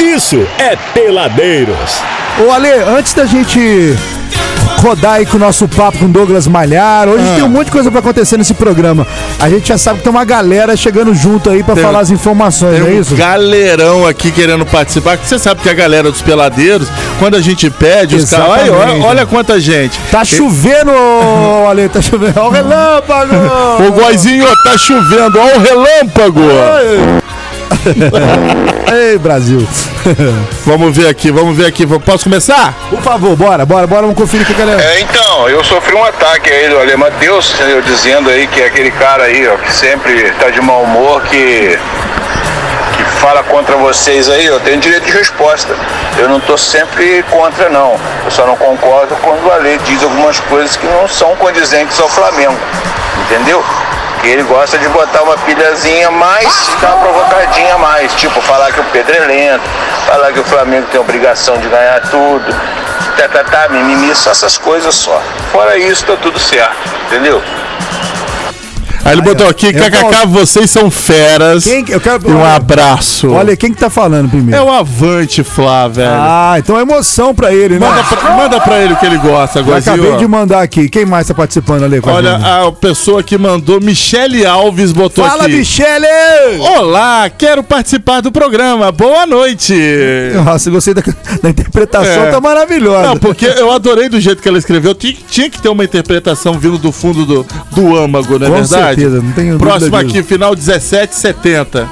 isso é Peladeiros. Ô Ale, antes da gente rodar aí com o nosso papo com Douglas Malhar, hoje Ah. tem um monte de coisa pra acontecer nesse programa. A gente já sabe que tem uma galera chegando junto aí pra Tem- um- falar as informações, Tem não é um isso? galerão aqui querendo participar. que Você sabe que a galera dos peladeiros, quando a gente pede, os caras. Olha, olha, Exatamente. né? olha quanta gente. Tá chovendo, ô, Ale, tá chovendo. Ó o relâmpago! Ô, Goizinho, ó, tá chovendo, ó, o relâmpago. Ei, Brasil. Vamos ver aqui, vamos ver aqui. Posso começar? Por favor, bora, bora, bora, vamos conferir aqui, galera. É, então, eu sofri um ataque aí do Ale Matheus, eu dizendo aí que é aquele cara aí, ó, que sempre tá de mau humor, que, que fala contra vocês aí, eu tenho direito de resposta. Eu não tô sempre contra, não. Eu só não concordo quando o Ale diz algumas coisas que não são condizentes ao Flamengo, entendeu? Que ele gosta de botar uma pilhazinha a mais, dar uma provocadinha a mais. Tipo, falar que o Pedro é lento, falar que o Flamengo tem obrigação de ganhar tudo tá, tá, tá, mimimi, só essas coisas só. Fora isso, tá tudo certo, entendeu? Aí ele botou aqui, eu kkk, vocês são feras. Quem que- eu quero- E um abraço. Olha, quem que tá falando é primeiro? o Avante Flá, velho. Ah, então é emoção pra ele, né? Manda pra, manda pra ele o que ele gosta, Eu Goizinho. acabei ó. de mandar aqui. Quem mais tá participando, Ale? com a gente? Olha, a pessoa que mandou, Michele Alves, botou Fala, aqui. Michele! Olá, quero participar do programa. Boa noite. Nossa, gostei da, da interpretação, É. tá maravilhosa. Não, porque eu adorei do jeito que ela escreveu. Ti- Tinha que ter uma interpretação vindo do fundo do, do âmago, não é Com verdade? certeza, não tenho Próximo dúvida disso. aqui, final 1770.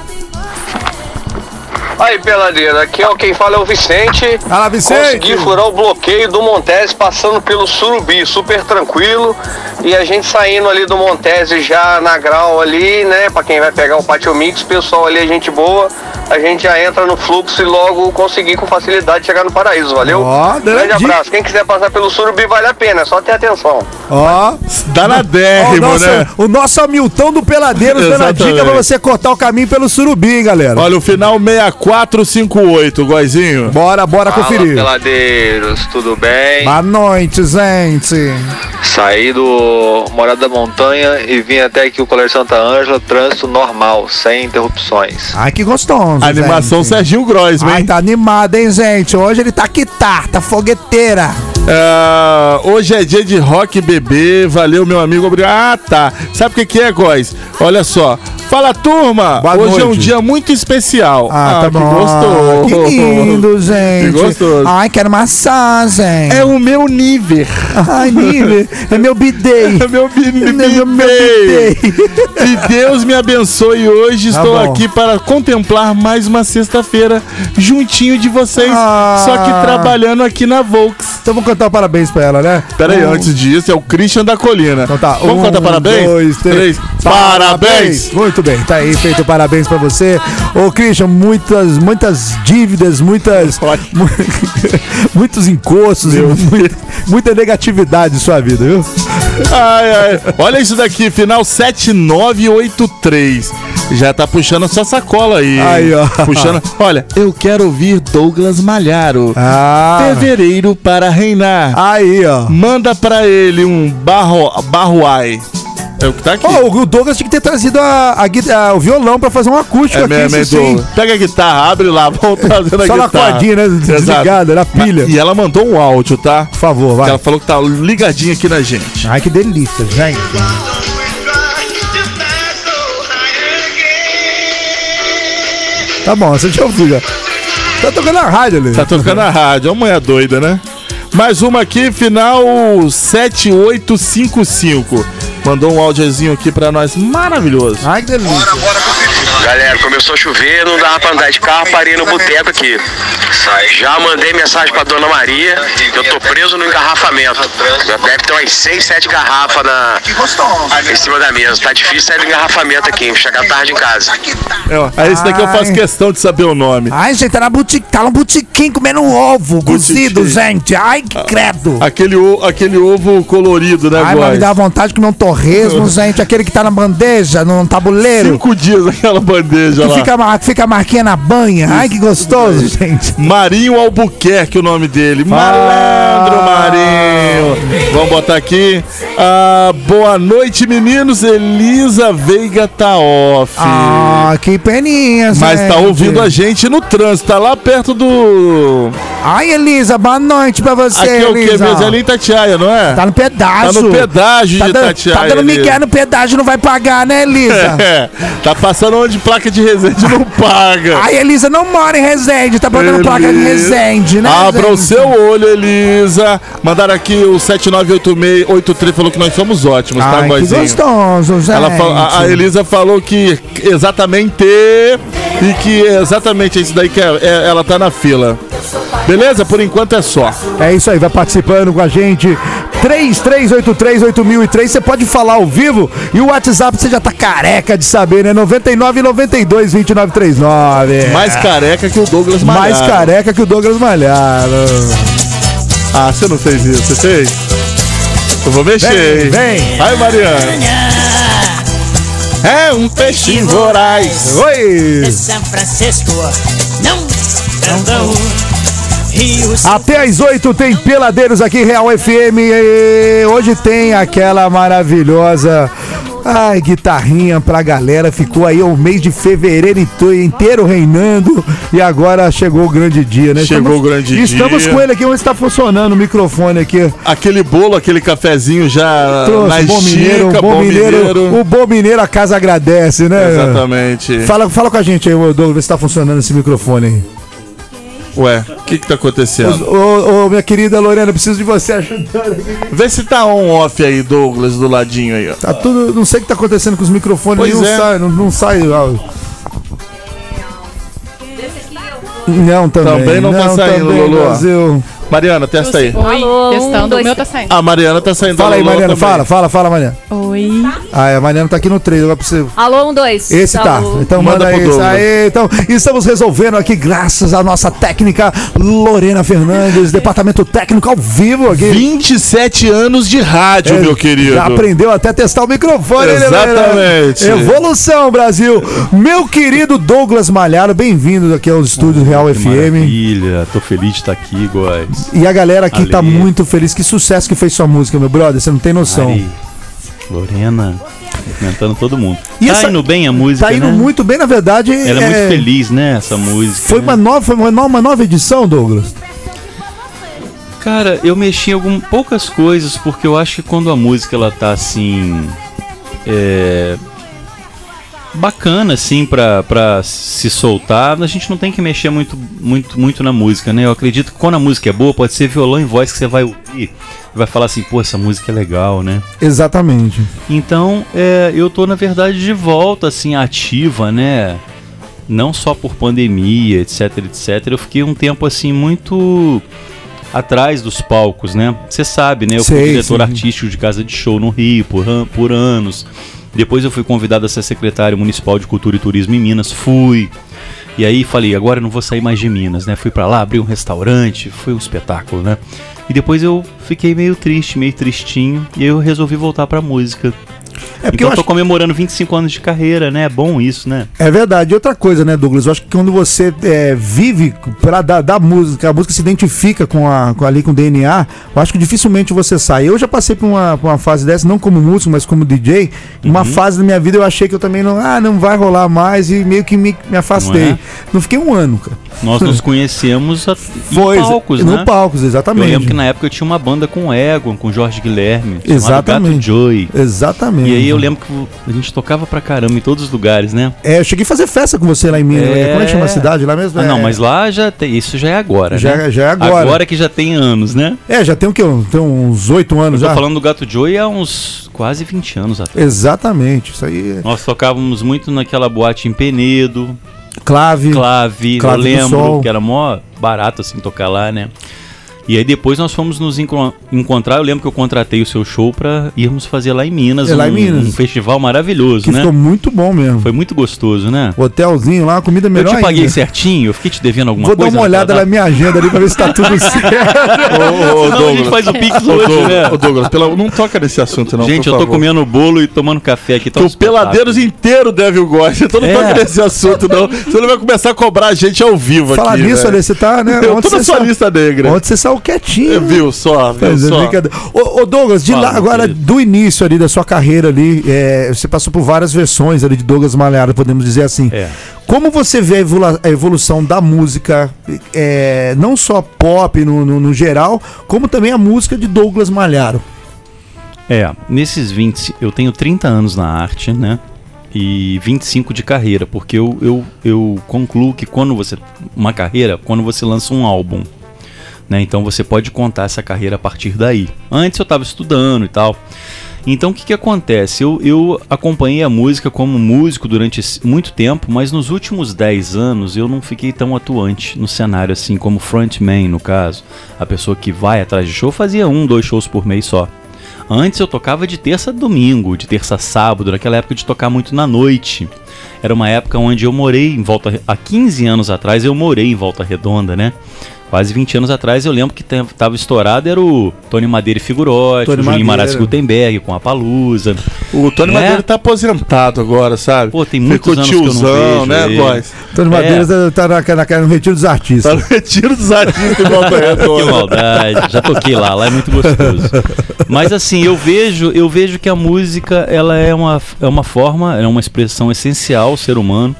Aí, peladeira, aqui ó, quem fala é o Vicente. Fala, Vicente. Consegui furar o bloqueio do Montese passando pelo Surubi, super tranquilo. E a gente saindo ali do Montese já na grau ali, né? Pra quem vai pegar o Pátio Mix, pessoal ali é gente boa. A gente já entra no fluxo e logo conseguir com facilidade chegar no paraíso, valeu? Ó, dando Grande a dica. abraço. Quem quiser passar pelo Surubi, vale a pena, é só ter atenção. Ó, ó, o, Danadérrimo, nosso, né? o nosso Hamilton do Peladeiro dando a dica pra Exatamente. você cortar o caminho pelo Surubi, hein, galera. Olha, o final 6458, Goizinho. Bora, bora conferir. peladeiros, tudo bem? Boa noite, gente. Saí do Morada da Montanha e vim até aqui o Colégio Santa Ângela, trânsito normal, sem interrupções. Ai, que gostoso. Animação gente. Serginho Grossman. Ai, tá animado, hein, gente? Hoje ele tá que tá, tá fogueteira. Ah, hoje é dia de rock bebê. Valeu, meu amigo. Obrigado. Ah, tá. Sabe o que, que é, Góis? Olha só. Fala, turma! Boa hoje é um noite. dia muito especial. Ah, tá que bom. gostoso. Que lindo, gente. Que gostoso. Ai, quero massagem. É o meu nível. Ai, nível. É meu bidê. É meu meu- meu bebê. Que Deus me abençoe hoje. Tá Estou bom. aqui para contemplar mais uma sexta-feira juntinho de vocês. Ah. Só que trabalhando aqui na Volks. Então vamos cantar parabéns pra ela, né? Pera aí, Um, antes disso, é o Christian da Colina. Então tá, Vamos um, cantar parabéns? dois, três. Parabéns! Muito bem, tá aí feito parabéns pra você. Ô, Christian, muitas, muitas dívidas, muitas. mu- muitos encostos, muita, muita negatividade em sua vida, viu? Ai, ai. Olha isso daqui, final 7983. Já tá puxando a sua sacola aí. Aí, ó. Puxando. Olha, eu quero ouvir Douglas Malharo. Ah, Fevereiro para reinar. aí, ó. Manda pra ele um barro, barro ai. É o que tá aqui. Ô, o Douglas tinha que ter trazido a, a guita- a- o violão pra fazer um acústico É aqui, mesmo, hein, isso sim. É, Douglas? Pega a guitarra, abre lá, vamos trazendo a Só na guitarra. cordinha, né? Desligada, na pilha. E ela mandou um áudio, tá? Por favor, Que vai. Ela falou que tá ligadinha aqui na gente. Ai, que delícia, gente. Tá bom, você já ouviu já. Tá tocando na rádio ali. Tá tocando a rádio, é uma mulher doida, né? Mais uma aqui, final 7855. Mandou um áudiozinho aqui pra nós, maravilhoso. Ai, que delícia. Galera, começou a chover, não dava pra andar de carro, parei no boteco aqui. Já mandei mensagem pra Dona Maria, eu tô preso no engarrafamento. Já deve ter umas 6, 7 garrafas na, em cima da mesa. Tá difícil sair do engarrafamento aqui, chegar tarde em casa. É, ó, Aí esse daqui eu faço Ai. questão de saber o nome. Ai, gente, tá, na buti... tá no botequim comendo um ovo cozido, gente. Ai, que credo. Ah, Aquele, o- aquele ovo colorido, né, Ai, mas me Góis? dá vontade de comer um torresmo, gente. Aquele que tá na bandeja, num tabuleiro. Cinco dias aquela bandeja Que lá. fica, a mar- fica a marquinha na banha. Ai, que gostoso, gente. Marinho Albuquerque, o nome dele. Malandro Marinho. Vamos botar aqui. Ah, boa noite, meninos. Elisa Veiga tá off. Ah, que peninha, Mas tá gente. ouvindo a gente no trânsito, tá lá perto do. Ai, Elisa, boa noite pra você, Aqui é o quê Elisa. mesmo? É ali em Tatiaia, não é? Tá no pedágio. Tá no pedágio Tá de dando- Itatiaia, Tá dando Elisa. migué no pedágio, não vai pagar, né, Elisa? É, tá passando onde placa de Resende não paga. Ai, Elisa não mora em Resende, tá pagando placa de Elisa. Resende, né? Abra o gente? seu olho, Elisa. Mandaram aqui o 798683 falou que nós somos ótimos, tá, Ai, que Góizinho? gostoso, gente. Ela fala- a, a Elisa falou que exatamente e que é exatamente isso daí que é- é- ela tá na fila. Beleza? Por enquanto é só. É isso aí, vai participando com a gente. 33838003, você pode falar ao vivo e o WhatsApp você já tá careca de saber, né? 99922939. Mais careca que o Douglas Malharo. É. Mais careca que o Douglas Malharo. Ah, você não fez isso, você fez? Eu vou mexer. hein? vem. Vai, Mariana. É um peixe em voraz. Oi! É São Francisco, não, Brandão, Rio Até às 8 tem Peladeiros aqui, Real FM. E hoje tem aquela maravilhosa. Ai, guitarrinha pra galera. Ficou aí o mês de fevereiro into- inteiro reinando. E agora chegou o grande dia, né? Chegou o grande Estamos dia. com ele aqui. Onde está funcionando o microfone aqui? Aquele bolo, aquele cafezinho já na Trouxe o bom mineiro, estica, o bom mineiro. O bom mineiro a casa agradece, né? Exatamente. Fala, fala com a gente aí, ô, Douglas, ver se tá funcionando esse microfone aí. Ué, o que que tá acontecendo? Ô, ô, minha querida Lorena, eu preciso de você ajudando aqui. Vê se tá on-off aí, Douglas, do ladinho aí, ó. Tá tudo. Não sei o que tá acontecendo com os microfones, Pois não é. sai, não, não sai. áudio. Não, também. Também não tá saindo, também, Lolo. Brasil. Mariana, testa aí. Alô, Testando, um, o dois, meu tá saindo. A Mariana tá saindo Fala aí, Lolo Mariana, também. fala, fala, fala, Mariana. Oi. Ah, é, a Mariana tá aqui no trailer, vai pra você. Alô, um, dois. Esse tá. Alô. Então Manda manda, pro aí. Douglas. Aê, então, estamos resolvendo aqui, graças à nossa técnica Lorena Fernandes, departamento técnico ao vivo aqui. 27 anos de rádio, É, meu querido. Já aprendeu até testar o microfone, né, Exatamente. Leandro? Evolução, Brasil. Meu querido Douglas Malharo, bem-vindo aqui aos estúdios Real Que FM. Maravilha, tô feliz de estar aqui, guys. E a galera aqui Ale. tá muito feliz. Que sucesso que fez sua música, meu brother. Você não tem noção. Ari, Lorena, cumprimentando todo mundo. E tá essa- indo bem a música, tá indo né? muito bem, na verdade. Ela é... é- muito feliz, né, essa música. Foi né? uma nova, foi uma nova, uma nova edição, Douglas? Cara, eu mexi em algum, poucas coisas, porque eu acho que quando a música ela tá assim. É. Bacana, assim, pra, pra se soltar, a gente não tem que mexer muito, muito, muito na música, né? Eu acredito que quando a música é boa, pode ser violão e voz que você vai ouvir e vai falar assim, pô, essa música é legal, né? Exatamente. Então, é, eu tô, na verdade, de volta, assim, ativa, né? Não só por pandemia, etc, etc. Eu fiquei um tempo, assim, muito atrás dos palcos, né? Você sabe, né? Eu fui Sei, diretor sim. artístico de casa de show no Rio por, an- por anos. Depois eu fui convidado a ser secretário municipal de cultura e turismo em Minas. Fui. E aí falei, agora eu não vou sair mais de Minas, né? Fui pra lá, abri um restaurante, foi um espetáculo, né? E depois eu fiquei meio triste, meio tristinho, e eu resolvi voltar pra música. É porque então eu eu tô acho- comemorando 25 anos de carreira, né? É bom isso, né? É verdade. E outra coisa, né, Douglas? Eu acho que quando você é, vive pra dar, dar música, a música se identifica com, a, com ali com o DNA, eu acho que dificilmente você sai. Eu já passei por uma, por uma fase dessa, não como músico, mas como DJ. Uhum. Uma fase da minha vida eu achei que eu também não, ah, não vai rolar mais e meio que me, me afastei. Não, Não é? fiquei um ano, cara. Nós nos conhecemos a... em palcos, no né? palcos, Eu exatamente. lembro que na época eu tinha uma banda com o Egon, com o Jorge Guilherme, chamado Exatamente. Gato Joy. Exatamente. E aí eu lembro que a gente tocava pra caramba em todos os lugares, né? É, eu cheguei a fazer festa com você lá em Minas. É. né? Como é que chama a cidade lá mesmo? Ah, não, É- mas lá já tem. Isso já é agora, Já- né? já é agora. Agora que já tem anos, né? É, já tem o quê? Um- Tem uns oito anos Eu tô já? falando do Gato Joey há uns quase 20 anos atrás. Exatamente, isso aí é Nós tocávamos muito naquela boate em Penedo, clave. Clave, Clave do eu Sol. lembro, que era mó barato assim tocar lá, né? E aí depois nós fomos nos enco- encontrar. Eu lembro que eu contratei o seu show pra irmos fazer lá em Minas, É, lá em um, Minas. um festival maravilhoso, Que né? ficou muito bom mesmo. Foi muito gostoso, né? Hotelzinho lá, comida melhor eu te paguei ainda. certinho, eu fiquei te devendo alguma Vou dar coisa. né? uma olhada na naquela minha agenda ali pra ver se tá tudo certo. Ô, ô, data? Não, a gente Douglas. faz o Pix Ô, hoje, Douglas, né? ô, Douglas, pela- não toca nesse assunto, não. gente, por eu tô favor. comendo bolo e tomando café aqui. Tá Que um o Peladeiros espetáculo. inteiro deve o gosto. Então não É. toca nesse assunto, não. Você não vai começar a cobrar a gente ao vivo Falar aqui. nisso, velho. Ale, você tá, né? Eu Ontem tô na você sua sa- lista negra. Ontem você saiu quietinho. É, Viu só, viu Mas é só. brincadeira. Ô, ô, Douglas, de Fala, lá, meu agora querido. do início ali da sua carreira ali, é, você passou por várias versões ali de Douglas Malhado, podemos dizer assim. É. Como você vê a evolu- a evolução da música, é, não só pop no, no- no geral, como também a música de Douglas Malharo? É, nesses 20, eu tenho 30 anos na arte, né? E 25 de carreira, porque eu, eu, eu concluo que quando você. Uma carreira, quando você lança um álbum. Né? Então você pode contar essa carreira a partir daí. Antes eu estava estudando e tal. Então o que, que acontece? Eu, eu acompanhei a música como músico durante esse- muito tempo, mas nos últimos 10 anos eu não fiquei tão atuante no cenário assim, como frontman, no caso. A pessoa que vai atrás de show fazia um, dois shows por mês só. Antes eu tocava de terça a domingo, de terça a sábado, naquela época de tocar muito na noite. Era uma época onde eu morei em volta. Há 15 anos atrás eu morei em Volta Redonda, né? Quase 20 anos atrás eu lembro que te- tava estourado era o Tony Madeira e Figurotti, Tony o Juninho Madeira. Maras Gutenberg com a Palusa. O Tony É. Madeira tá aposentado agora, sabe? Pô, tem muitos anos que eu não vejo né, ele. Góis? Antônio É. Madeira tá na, na- na- no retiro dos Tá no artistas. retiro dos artistas em volta Que redonda. maldade, já toquei lá, lá é muito gostoso. Mas assim, eu vejo, eu vejo que a música ela é uma, é uma forma, é uma expressão essencial ao ser humano,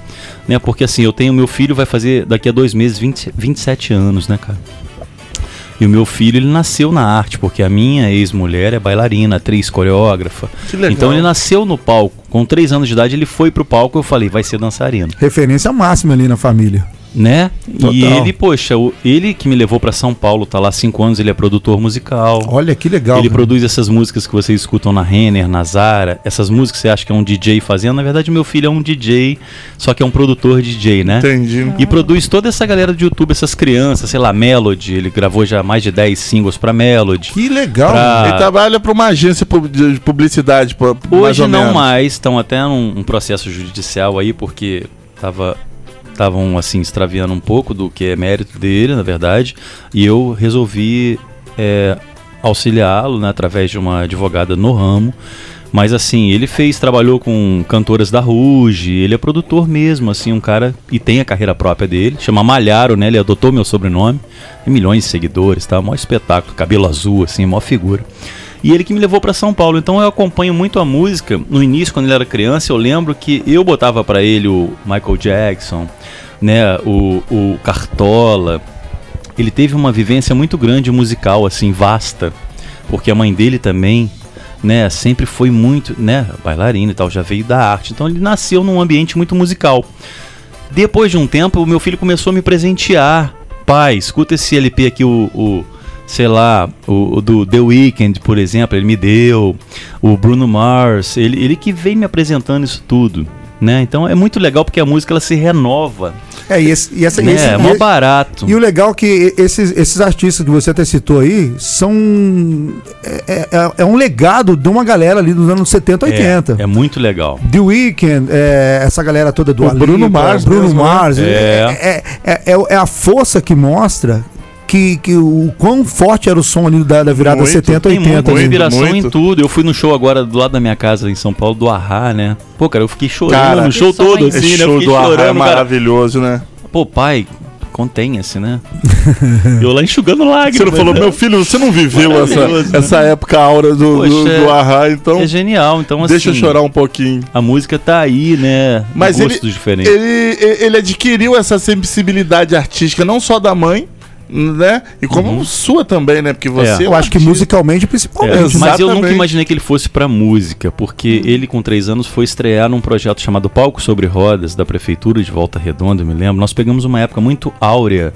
né? Porque assim, eu tenho meu filho vai fazer daqui a dois meses 20, 27 anos, né, cara? E o meu filho, ele nasceu na arte, porque a minha ex-mulher é bailarina, atriz, coreógrafa. Que legal. Então ele nasceu no palco. Com três anos de idade, ele foi pro palco eu falei, vai ser dançarino Referência máxima ali na família. né? Total. E ele, poxa, o- ele que me levou pra São Paulo, tá lá há cinco anos, ele é produtor musical. Olha que legal. né? ele cara. produz essas músicas que vocês escutam na Renner, na Zara, essas músicas que você acha que é um DJ fazendo, na verdade meu filho é um DJ, só que é um produtor DJ, né? Entendi. E produz toda essa galera do YouTube, essas crianças, sei lá, Melody, ele gravou já mais de 10 singles pra Melody. Que legal. tá Pra- mano. Ele trabalha pra uma agência pub- de publicidade. pra- mais Hoje ou não menos. mais, estão até num um processo judicial aí, porque tava estavam assim extraviando um pouco do que é mérito dele, na verdade, e eu resolvi é, auxiliá-lo né, através de uma advogada no ramo. Mas assim, ele fez, trabalhou com cantoras da Ruge, ele é produtor mesmo, assim, um cara e tem a carreira própria dele, chama Malharo, né? Ele adotou meu sobrenome, tem milhões de seguidores, tá? Mó espetáculo, cabelo azul, assim, mó figura. E ele que me levou pra São Paulo. Então eu acompanho muito a música. No início, quando ele era criança, eu lembro que eu botava pra ele o Michael Jackson, né? O, o Cartola. Ele teve uma vivência muito grande musical, assim, vasta. Porque a mãe dele também, né? Sempre foi muito, né? Bailarina e tal, já veio da arte. Então ele nasceu num ambiente muito musical. Depois de um tempo, o meu filho começou a me presentear. Pai, escuta esse LP aqui, o, o- sei lá, o, o do The Weeknd, por exemplo, ele me deu. O Bruno Mars, ele, ele que vem me apresentando isso tudo. Né? Então é muito legal porque a música ela se renova. É, e, esse- e essa, Né? e esse- é mó e- barato. E o legal é que e- esses, esses artistas que você até citou aí são. É, é- é um legado de uma galera ali dos anos 70, 80. É, é muito legal. The Weeknd, é, essa galera toda do O Alipa, Bruno Mars Bruno mesmo, né? Mars. É. É. é- é- é- é a força que mostra que, que o quão forte era o som ali da, da virada Muito. 70, Tem 80. muita né? inspiração muito. em tudo. Eu fui no show agora do lado da minha casa em São Paulo, do Arra, né? Pô, cara, eu fiquei chorando Cara, no show esse todo, assim, Esse né? Eu show fiquei do Arra é chorando, cara. maravilhoso, né? Pô, pai, contenha-se, né? eu lá enxugando lágrimas. Você não falou, né? meu filho, você não viveu essa, Maravilhoso, né? essa época aura do, do, Poxa, do Arra, então É genial, então assim. deixa eu chorar um pouquinho. A música tá aí, né? Mas Em ele, gostos diferentes. ele, ele adquiriu essa sensibilidade artística não só da mãe, né? E como Uhum. sua também, né? Porque você. é Eu um acho que artista. musicalmente, É, principalmente. mas eu nunca exatamente. imaginei que ele fosse pra música, porque ele, com três anos, foi estrear num projeto chamado Palco sobre Rodas, da Prefeitura de Volta Redonda, eu me lembro. Nós pegamos uma época muito áurea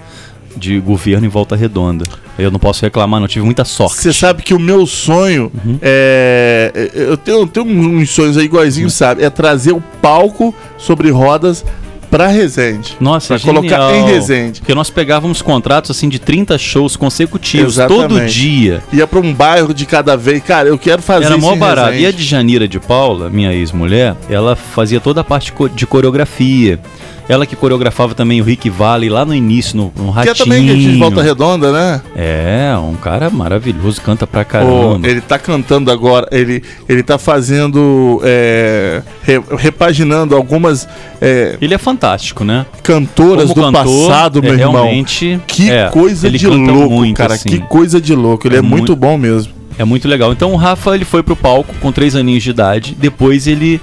de governo em Volta Redonda. Eu não posso reclamar, não tive muita sorte. Você sabe que o meu sonho Uhum. é. é- Uhum. Eu tenho, eu tenho uns sonhos aí iguaizinho, sabe? É trazer o palco sobre rodas pra Resende. Nossa, Pra é genial. colocar em Resende. Porque nós pegávamos contratos assim de 30 shows consecutivos, Exatamente. todo dia. Ia pra um bairro de cada vez. Cara, eu quero fazer Era isso mó em barato. E a Resende. Djanira de Paula, minha ex-mulher, ela fazia toda a parte co- de coreografia. Ela que coreografava também o Rick Valley lá no início, no, no Que Ratinho. é também que de Volta Redonda, né? É, um cara maravilhoso, canta pra Pô, caramba. ele tá cantando agora, ele, ele tá fazendo. é, re- repaginando algumas é, Ele é fantástico, né? cantoras Como do cantor, passado, meu é irmão. realmente- que é, coisa ele de canta louco, muito, cara. assim. Que coisa de louco. Ele é, É muito, muito- bom mesmo. É muito legal. Então o Rafa ele foi pro palco com três aninhos de idade. Depois ele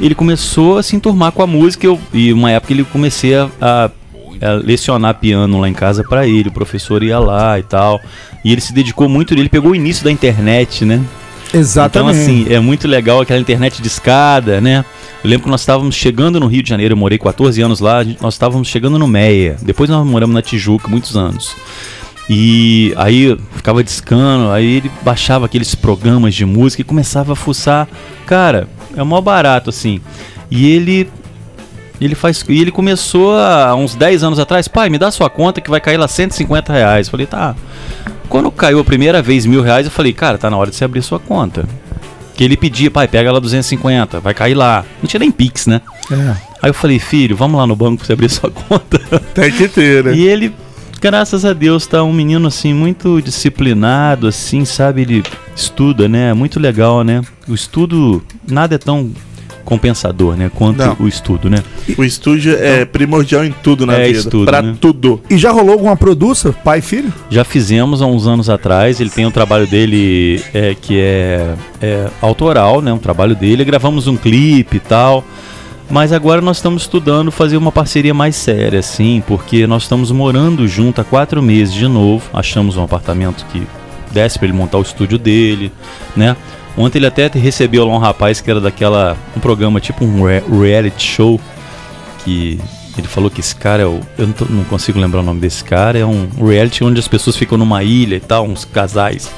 ele começou a se enturmar com a música. Eu, e uma época ele comecei a, a- a lecionar piano lá em casa pra ele. O professor ia lá e tal. E ele se dedicou muito. Ele pegou o início da internet, né? Exatamente. Então, assim, é muito legal aquela internet de escada, né? Eu lembro que nós estávamos chegando no Rio de Janeiro, eu morei 14 anos lá, a gente- nós estávamos chegando no Meia. Depois nós moramos na Tijuca muitos anos. E aí eu ficava discando, aí ele baixava aqueles programas de música e começava a fuçar. Cara, é mó barato, assim. E ele. Ele faz. E ele começou há uns 10 anos atrás, pai, me dá sua conta que vai cair lá 150 reais. Falei, tá. Quando caiu a primeira vez mil reais, eu falei, cara, tá na hora de você abrir sua conta. Que ele pedia, pai, pega lá 250, vai cair lá. Não tinha nem Pix, né? É. Aí eu falei, filho, vamos lá no banco pra você abrir sua conta. Tem que ter, né? E ele, graças a Deus, tá um menino assim, muito disciplinado, assim, sabe? Ele estuda, né? É Muito legal, né? O estudo, nada é tão compensador, né? Quanto Não. o estudo, né? O estúdio é primordial em tudo na Então, É vida. estudo, pra né? tudo. E já rolou alguma produça, pai e filho? Já fizemos há uns anos atrás, ele tem um trabalho dele é, que é, é autoral, né? Um trabalho dele, gravamos um clipe e tal. Mas agora nós estamos estudando fazer uma parceria mais séria, assim, porque nós estamos morando junto há quatro meses de novo. Achamos um apartamento que desse para ele montar o estúdio dele, né? Ontem ele até recebeu lá um rapaz que era daquela. um programa tipo um re- reality show que ele falou que esse cara é o. Eu não, tô- não consigo lembrar o nome desse cara. É um reality onde as pessoas ficam numa ilha e tal, uns casais.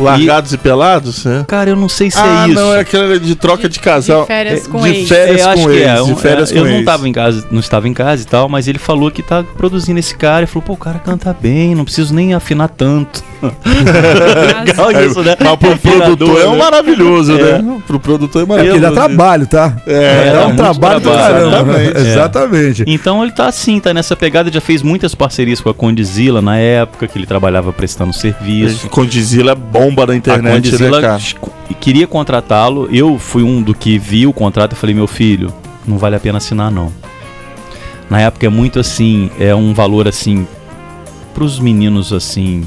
Largados e, pelados? né? Cara, eu não sei se ah, é isso. não, é aquela de troca de casal. De férias É, com de ex. férias É, eu com acho que é. ex, de um- férias é, com eu não ex. tava em casa, não estava em casa e tal, mas ele falou que tá produzindo esse cara e falou, pô, o cara canta bem, não preciso nem afinar tanto. Legal Aí, isso, né? Mas pro Afinador, produtor é um né? maravilhoso, É. né? Pro produtor é É porque maravilhoso. dá trabalho, tá? É, É, É dá um muito trabalho do trabalho, caramba. né? exatamente. É. Exatamente. Então ele tá assim, tá nessa pegada, já fez muitas parcerias com a Condizila na época, que ele trabalhava prestando serviço. Condizila é bomba da a internet, né, Condizila cara? queria contratá-lo. Eu fui um do que vi o contrato e falei, meu filho, não vale a pena assinar, não. Na época é muito assim, é um valor assim. Pros meninos assim.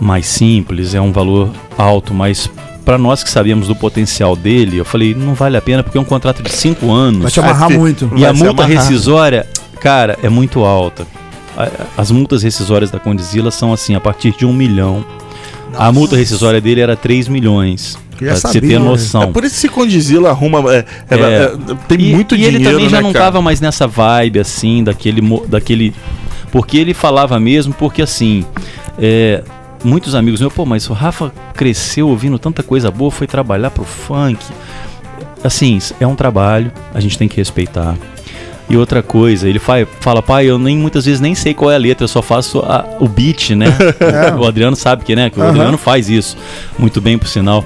Mais simples, é um valor alto, mas pra nós que sabíamos do potencial dele, eu falei, não vale a pena porque é um contrato de 5 Vai anos. te amarrar Vai ter- muito. E Vai a se multa amarrar. rescisória, cara, é muito alta. A- As multas rescisórias da Condizila são assim, a partir de um milhão. A multa rescisória dele era 3 milhões. Eu já pra você sabia, ter né? noção. É por isso que Condizila arruma. é, é, É. é, tem E- muito e dinheiro. ele também já né, não cara? tava mais nessa vibe, assim, daquele. mo- daquele porque ele falava mesmo, porque assim. é, muitos amigos meus, pô, mas o Rafa cresceu ouvindo tanta coisa boa, foi trabalhar pro funk. Assim, é um trabalho, a gente tem que respeitar. E outra coisa, ele fa- fala, pai, eu nem muitas vezes nem sei qual é a letra, eu só faço a- o beat, né? O Adriano sabe que, né? Que o Aham. Adriano faz isso. Muito bem, por sinal.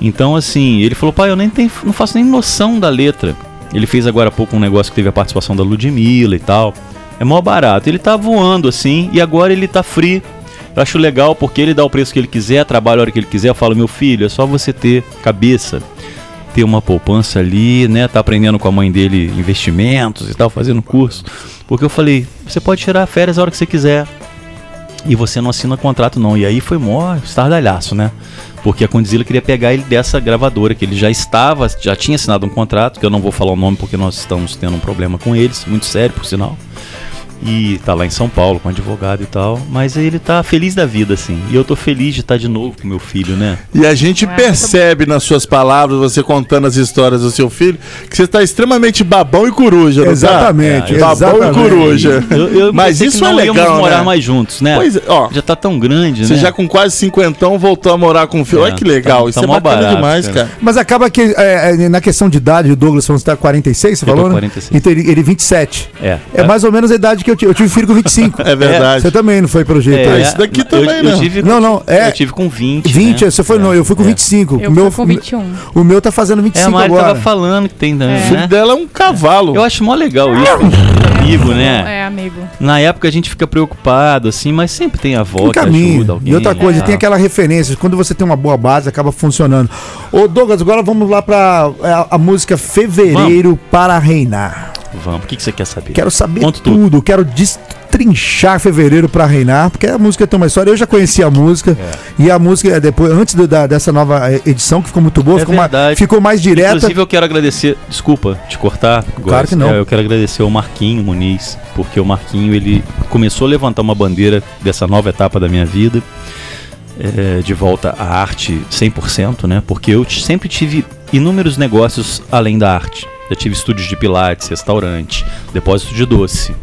Então, assim, ele falou, pai, eu nem tenho, não faço nem noção da letra. Ele fez agora há pouco um negócio que teve a participação da Ludmilla e tal. É mó barato. Ele tá voando, assim, e agora ele tá free. Eu acho legal porque ele dá o preço que ele quiser, trabalha a hora que ele quiser. Eu falo, meu filho, é só você ter cabeça ter uma poupança ali, né? Tá aprendendo com a mãe dele investimentos e tal, fazendo curso. Porque eu falei, você pode tirar férias a hora que você quiser. E você não assina contrato, não. E aí foi mó estardalhaço, né? Porque a Condizila queria pegar ele dessa gravadora, que ele já estava, já tinha assinado um contrato, que eu não vou falar o nome porque nós estamos tendo um problema com eles, muito sério, por sinal. E tá lá em São Paulo com advogado e tal. Mas ele tá feliz da vida, assim. E eu tô feliz de estar de novo com meu filho, né? E a gente percebe nas suas palavras, você contando as histórias do seu filho, que você está extremamente babão e coruja, não tá? Exatamente, É, babão e exatamente. coruja. Eu, eu Mas pensei isso que é não legal, íamos né? morar mais juntos, né? Pois é, ó. Já tá tão grande, Você né? já com quase cinquentão voltou a morar com o filho. É, Olha que legal, tá- isso tá é mó bacana barato, demais, cara. cara. Mas acaba que é, é, na questão de idade, o Douglas falou que você tá 46, você Eu tô falou, né? 46. Então ele, ele 27. É. É mais ou menos a idade que eu tive. Eu tive filho com 25. É verdade. Você também não foi pelo jeito. Ah, É, isso daqui também, eu, né? eu tive, Não, não, é- Eu tive com 20. 20, né? você foi, não, eu fui com é. 25. Eu o meu, fui com 21. O meu tá fazendo É, 25 a Mari agora. tava falando que tem, É. né? O filho dela é um cavalo. Eu acho mó legal isso. Amigo, né? É, amigo. Na época a gente fica preocupado, assim, mas sempre tem a avó Um que ajuda caminho. alguém. E outra coisa, né? tem aquela referência. Quando você tem uma boa base, acaba funcionando. Ô, Douglas, agora vamos lá pra é, a, a música Fevereiro para Reinar. Vamos, o que, que você quer saber? Quero saber Conta tudo. tudo. Quero destrinchar Fevereiro para Reinar, porque a música tem uma história. Eu já conhecia a música. E a música, é depois, antes do- da, dessa nova é, edição, que ficou muito boa, É ficou, mais, verdade. ficou mais direta. Inclusive eu quero agradecer, desculpa te cortar, É, Claro que não. Eu quero agradecer ao Marquinho Muniz, porque o Marquinho ele começou a levantar uma bandeira dessa nova etapa da minha vida, é, de volta à arte 100%, né? Porque eu t- sempre tive inúmeros negócios além da arte. Já tive estúdios de pilates, restaurante, depósito de doce.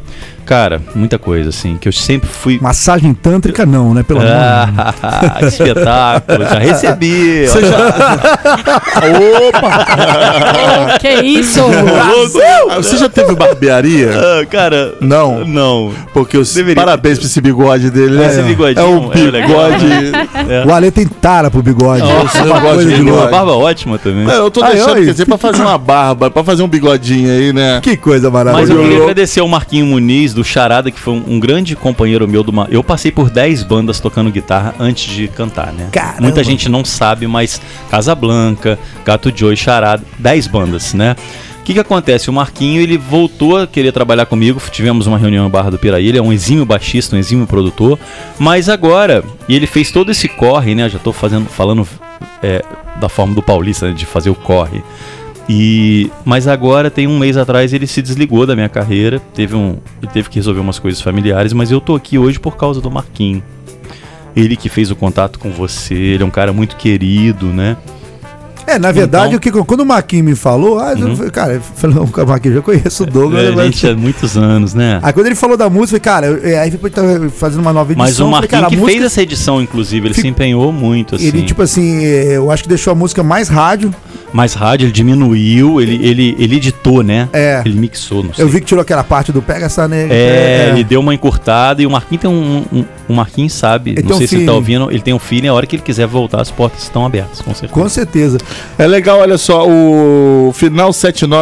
Cara, muita coisa assim, que eu sempre fui Massagem tântrica, não, né? É. Pelo amor de Deus. ah, que espetáculo, já recebi. ó. que isso? Ah, Você já teve barbearia? Ah, cara, Não. não. Porque os Deveria. parabéns pra esse bigode dele, né? Esse bigodinho é um é legal. bigode. É. O Ale tem tara pro bigode. é Nossa, eu Uma gosto coisa de de Ele tem uma bigode. louco. barba ótima também. Não, É, eu tô Ai, deixando, ai. quer dizer, pra fazer uma barba, pra fazer um bigodinho aí, né? Que coisa Mas maravilhosa. eu queria agradecer ao Marquinho Muniz, do Charada, que foi um, um grande companheiro meu. Do ma... Eu passei por 10 bandas tocando guitarra antes de cantar, né? Caramba. Muita gente não sabe, mas Casablanca, Gato Joe, Charada, 10 bandas, né? O que, que acontece? O Marquinho ele voltou a querer trabalhar comigo. Tivemos uma reunião em Barra do Piraí. Ele é um exímio baixista, um exímio produtor. Mas agora, e ele fez todo esse corre, né? Já tô fazendo, falando é, da forma do paulista, né? de fazer o corre. E mas agora tem um mês atrás ele se desligou da minha carreira, teve um, ele teve que resolver umas coisas familiares, mas eu tô aqui hoje por causa do Marquinho. Ele que fez o contato com você, ele é um cara muito querido, né? É, na verdade, Então- Uhum. o que, quando o Marquinhos me falou, ah, eu falei, cara, eu falei, não, o Marquinhos, eu já conheço o Douglas. É, eu falei, gente, há muitos anos, né? Aí quando ele falou da música, eu falei, cara, eu- é, aí depois tá fazendo uma nova edição. Mas o eu falei, Marquinho cara, a que música- fez essa edição, inclusive, ele Fico- se empenhou muito, assim. Ele, tipo assim, é, eu acho que deixou a música mais rádio. Mais rádio, ele diminuiu, ele, ele, ele editou, né? É. Ele mixou, não sei. Eu vi que tirou aquela parte do Pega essa negra. É, ele deu uma encurtada e o Marquinhos tem um. um- o Marquinhos sabe, Ele tem não um sei se ele tá feeling. ouvindo, ele tem um filho e a hora que ele quiser voltar, as portas estão abertas, com certeza. Com certeza. É legal, olha só, o final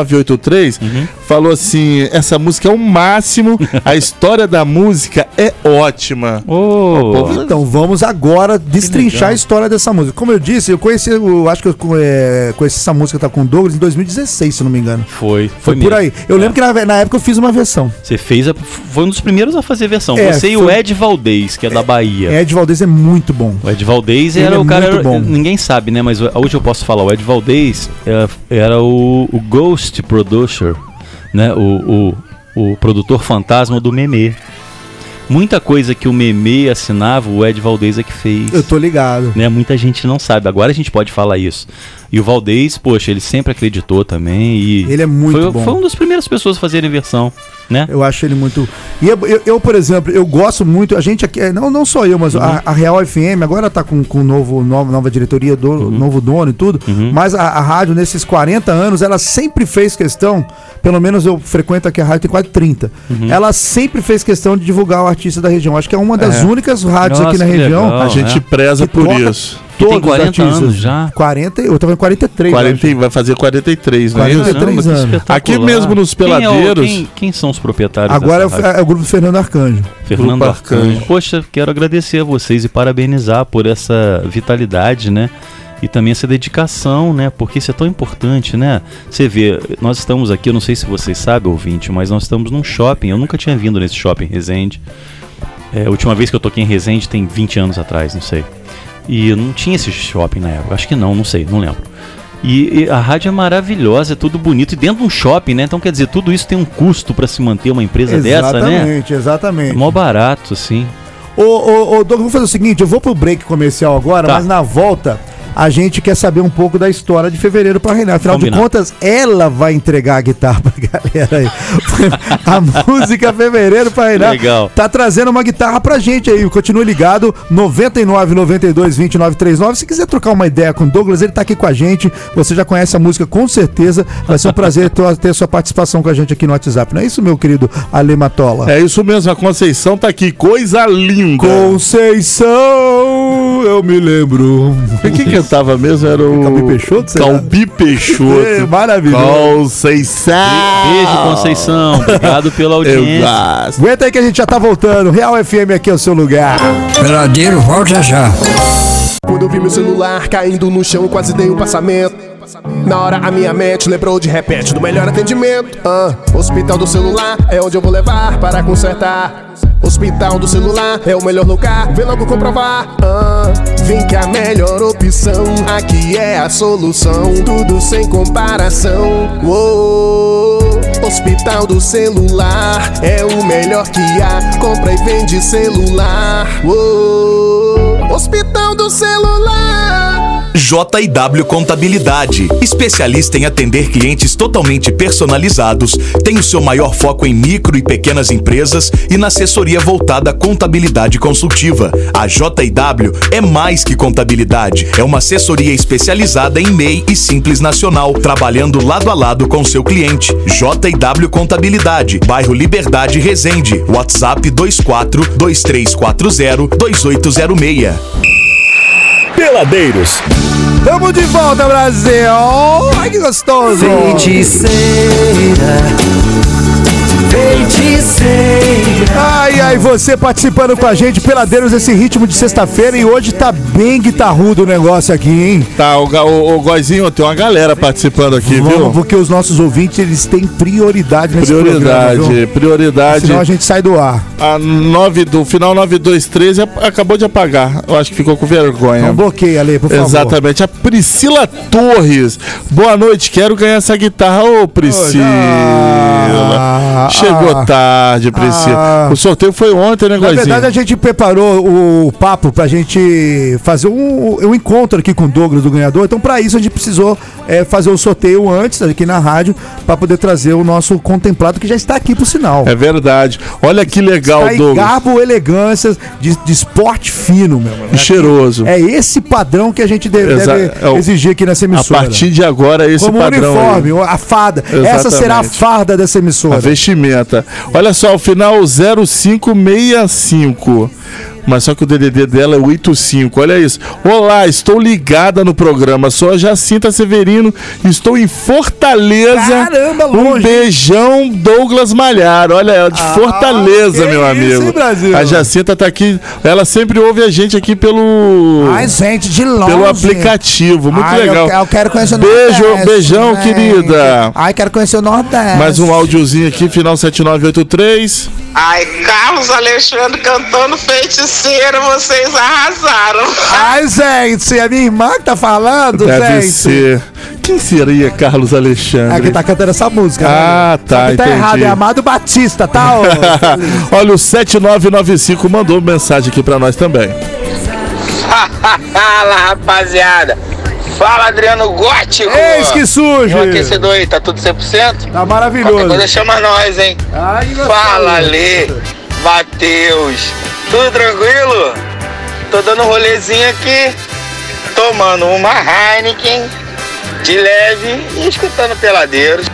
7983 falou assim: essa música é o máximo, a história da música é ótima. Ô, Então vamos agora destrinchar a história dessa música. Como eu disse, eu conheci, eu acho que eu é, conheci essa música tá com o Douglas em 2016, se não me engano. foi, foi, Foi, por mesmo. É. aí. Eu lembro que na, na época eu fiz uma versão. Você fez a, foi um dos primeiros a fazer versão. É, Você e o foi- Ed Valdez, que é, da Bahia. Ed Valdez é muito bom. O Ed Valdez Ele era é o cara. muito era- bom. Ninguém sabe, né? Mas hoje eu posso falar. O Ed Valdez era, era o, o Ghost Producer, né? O, o, o produtor fantasma do Meme. Muita coisa que o Meme assinava, o Ed Valdez é que fez. Eu tô ligado. né? Muita gente não sabe. Agora a gente pode falar isso. E o Valdez, poxa, ele sempre acreditou também. E Ele é muito foi, bom. Foi uma das primeiras pessoas a fazerem versão, né? Eu acho ele muito. E eu, eu- eu, por exemplo, eu gosto muito. A gente aqui. é, Não, não só eu, mas Uhum. a, a Real FM agora tá com, com novo, nova, nova diretoria, do, Uhum. novo dono e tudo. Mas a, a rádio, nesses 40 anos, ela sempre fez questão. Pelo menos eu frequento aqui a rádio, tem quase 30. Uhum. Ela sempre fez questão de divulgar o artista da região. Acho que é uma das únicas rádios Nossa, aqui na que região. legal. a gente é. preza Que por toca- isso. Que tem os 40 anos já. 40, eu tava em 43. eu 40, acho. e- vai fazer 43, né? 43 que anos. espetacular. Aqui mesmo nos Quem é o- Peladeiros- Quem, quem são os proprietários Agora é dessa o, é o grupo do Fernando Arcanjo. Fernando Grupo Arcanjo. Arcanjo. Poxa, quero agradecer a vocês e parabenizar por essa vitalidade, né? E também essa dedicação, né? Porque isso é tão importante, né? Você vê, nós estamos aqui, eu não sei se vocês sabem, ouvinte, mas nós estamos num shopping. Eu nunca tinha vindo nesse shopping em Resende. É, a última vez que eu toquei em Resende tem 20 anos atrás, não sei. E não tinha esse shopping na época. Acho que não, não sei, não lembro. E, e a rádio é maravilhosa, é tudo bonito. E dentro de um shopping, né? Então, quer dizer, tudo isso tem um custo pra se manter uma empresa dessa, né? Exatamente, É exatamente. mó barato, assim. Ô, ô, ô, Douglas, vamos fazer o seguinte: eu vou pro break comercial agora, Tá. mas na volta a gente quer saber um pouco da história de fevereiro pra Renata. Afinal Combinado. de contas, ela vai entregar a guitarra pra galera aí. a música Fevereiro pra Renata. Legal. Tá trazendo uma guitarra pra gente aí. Continue ligado, 99 92 29 39. Se quiser trocar uma ideia com o Douglas, ele tá aqui com a gente. Você já conhece a música com certeza. Vai ser um prazer ter ter sua participação com a gente aqui no WhatsApp. Não é isso, meu querido Ale Matola? É isso mesmo, a Conceição tá aqui. Coisa linda. Conceição, eu me lembro. E quem cantava mesmo era o. Calbi Peixoto, será? Calbi É, Peixoto. maravilhoso. Conceição. Beijo, Conceição. Obrigado pela audiência. Exato. Aguenta aí que a gente já tá voltando. Real FM aqui é o seu lugar. Peladeiro, volta já. Quando eu vi meu celular caindo no chão, quase dei um passamento. Na hora a minha mente lembrou de repente do melhor atendimento. Ah, hospital do celular é onde eu vou levar para consertar. Hospital do celular é o melhor lugar, vem logo comprovar. Ah, vem que a melhor opção aqui é a solução, tudo sem comparação. Uou, hospital do celular é o melhor que há, compra e vende celular. Uou, Hospital do celular. JW Contabilidade, especialista em atender clientes totalmente personalizados, tem o seu maior foco em micro e pequenas empresas e na assessoria voltada à contabilidade consultiva. A JW é mais que contabilidade, é uma assessoria especializada em MEI e Simples Nacional, trabalhando lado a lado com seu cliente. JW Contabilidade, bairro Liberdade Resende, WhatsApp 24 2340 2806. Peladeiros. Tamo de volta, Brasil. Ai, que gostoso. Feiticeira, feiticeira. Ai, ai, você participando com a gente, peladeiros, esse ritmo de sexta-feira. E hoje tá bem guitarrudo o negócio aqui, hein? Tá, o, ga- o, o Goizinho, tem uma galera participando aqui, viu? Vamos, porque os nossos ouvintes, eles têm prioridade nesse Prioridade, programa, viu? prioridade. Senão a gente sai do ar. A 9 do final 923 ap- é, acabou de apagar. Eu acho que ficou com vergonha. Então bloqueia, Ale, por favor. É. Exatamente. A Priscila Torres. Boa noite, quero ganhar essa guitarra. Ô, Priscila. Ah, Chegou ah. tarde, Priscila. Ah. o sorteio foi ontem, né, Na Goizinho? verdade, a gente preparou o papo pra gente fazer um, um encontro aqui com o Douglas do Ganhador. Então, pra isso, a gente precisou eh, fazer o sorteio antes aqui na rádio pra poder trazer o nosso contemplado que já está aqui por sinal. É verdade. Olha que legal, Tá em Douglas. garbo, elegância, de, de esporte fino, meu irmão. E cheiroso. É esse padrão que a gente deve, Exa- deve é o- exigir aqui nessa a emissora. partir de agora, esse Como padrão. aí. uniforme, a fada. Essa Exatamente. será a farda dessa A emissora. vestimenta. Olha só, o final 0565. Mas só que o DDD dela é 85. Olha isso. Olá, estou ligada no programa. Sou a Jacinta Severino. Estou em Fortaleza. Caramba, Um longe. Ah, beijão, Douglas Malhar. Olha, ela de Fortaleza, que meu isso, amigo. hein, Brasil? A Jacinta tá aqui. Ela sempre ouve a gente aqui pelo Ai, gente, de longe. pelo aplicativo. Muito Ai, eu legal. que- Eu, quero conhecer o né? Beijo, Nordeste, beijão, querida. Ai, quero conhecer o Nordeste. Mais um áudiozinho aqui, final 7983. Ai, Carlos Alexandre cantando feiticeiro, vocês arrasaram. Ai, gente, é minha irmã que tá falando, Deve gente. ser. Quem seria Carlos Alexandre? É que tá cantando essa música. Ah, tá, Só que tá entendi. errado, é Amado Batista, tá? ô? Olha, o 7995 mandou mensagem aqui pra nós também. Fala, rapaziada. Fala, Adriano Gótico. Eis que surge. E o aquecedor aí, tá tudo 100%? Tá Qualquer maravilhoso. coisa chama nós, hein? Ai, que gostoso. Fala, Lê, Matheus. Tudo tranquilo? Tô dando um rolezinho aqui, tomando uma Heineken de leve e escutando peladeiros.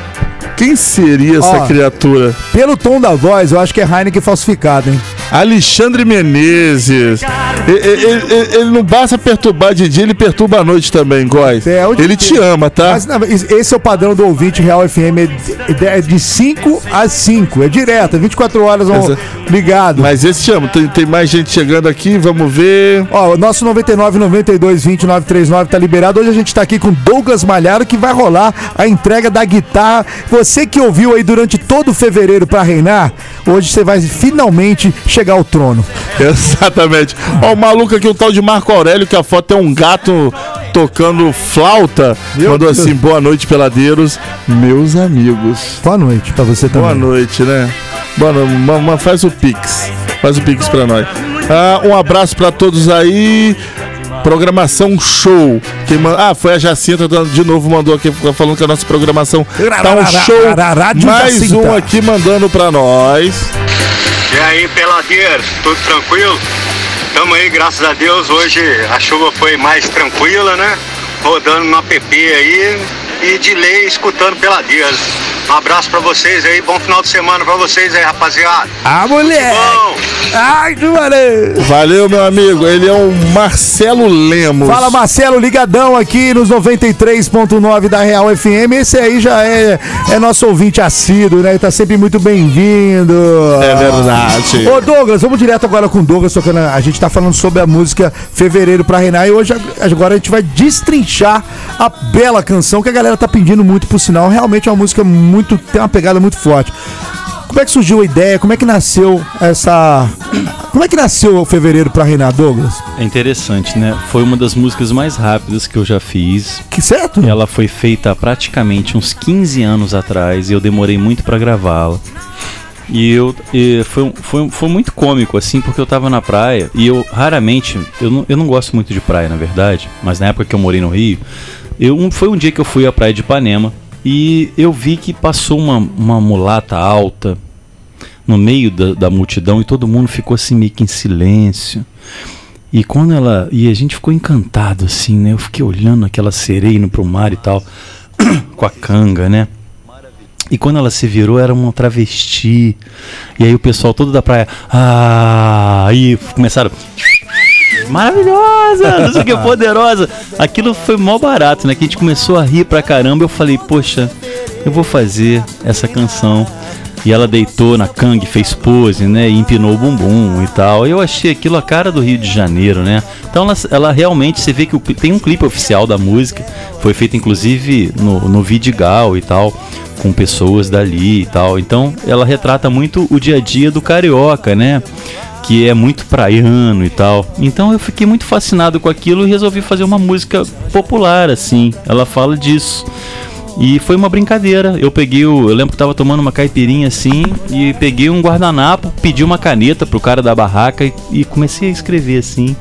Quem seria essa Ó. criatura? Pelo tom da voz, eu acho que é Heineken falsificado, hein? Alexandre Menezes. E- e- Ele, ele- ele não basta perturbar de dia, ele perturba à noite também, Góis. É, o dia Ele te ama, tá? Mas não, es- esse é o padrão do ouvinte Real FM, é de- de- é de 5 às 5, é direto, é 24 horas vão- Essa- ligado. é- Mas esse te ama. Tem, tem mais gente chegando aqui, vamos ver. Ó, o nosso 99 92 29 39 tá liberado. Hoje a gente tá aqui com Douglas Malharo que vai rolar a entrega da guitarra. Você que ouviu aí durante todo fevereiro pra reinar, hoje você vai finalmente chegar ao trono. Exatamente. Ó, o maluco aqui, o tal de Marco Aurélio, que a foto é um gato tocando flauta, mandou assim: boa noite, peladeiros, meus amigos. Boa noite pra você também. Boa noite, né? Mano, ma- ma- faz o Pix. Faz o Pix pra nós. Ah, um abraço pra todos aí. Programação show. Quem man- Ah, foi a Jacinta da- de novo mandou aqui falando que a nossa programação tá um show. Rádio Mais Jacinta. um aqui mandando pra nós. E É aí, peladeiros, tudo tranquilo? Tamo aí, graças a Deus. Hoje a chuva foi mais tranquila, né? Rodando no app aí e de lei escutando peladeiros. Um abraço pra vocês aí, bom final de semana pra vocês aí, rapaziada. Ah, mulher! Ai, que valeu! Valeu, meu amigo. Ele é o Marcelo Lemos. Fala Marcelo, ligadão aqui nos 93.9 da Real FM. Esse aí já é, é nosso ouvinte assíduo, né? Tá sempre muito bem-vindo. É verdade. Ô Douglas, vamos direto agora com o Douglas tocando. A gente tá falando sobre a música Fevereiro pra Reinar e hoje agora a gente vai destrinchar a bela canção que a galera tá pedindo muito por sinal. Realmente é uma música muito. tem uma pegada muito forte. Como é que surgiu a ideia? Como é que nasceu essa. Como é que nasceu o Fevereiro pra Reinar, Douglas? É interessante, né? Foi uma das músicas mais rápidas que eu já fiz. Que certo? Ela foi feita há praticamente uns 15 anos atrás e eu demorei muito pra gravá-la. E eu e foi, um- foi, um- foi muito cômico, assim, porque eu tava na praia e eu raramente. Eu não, eu não gosto muito de praia, na verdade, mas na época que eu morei no Rio, eu, um- foi um dia que eu fui à praia de Ipanema e eu vi que passou uma, uma mulata alta no meio da, da multidão e todo mundo ficou assim meio que em silêncio. E quando ela. E a gente ficou encantado, assim, né? Eu fiquei olhando aquela sereia indo pro mar e tal, com a canga, né? E quando ela se virou, era uma travesti. E aí o pessoal todo da praia. Ah! Aí começaram. Maravilhosa! Não sei o que, poderosa! Aquilo foi mó barato, né? Que a gente começou a rir pra caramba. Eu falei, poxa, eu vou fazer essa canção. E ela deitou na canga, e fez pose, né? E empinou o bumbum e tal. Eu achei aquilo a cara do Rio de Janeiro, né? Então ela, ela realmente, você vê que o cli- tem um clipe oficial da música. Foi feito inclusive no, no Vidigal e tal. Com pessoas dali e tal. Então ela retrata muito o dia a dia do carioca, né? que é muito praiano e tal. Então eu fiquei muito fascinado com aquilo e resolvi fazer uma música popular assim. Ela fala disso. E foi uma brincadeira. Eu peguei o, eu lembro que tava tomando uma caipirinha assim e peguei um guardanapo, pedi uma caneta pro cara da barraca e, e comecei a escrever assim.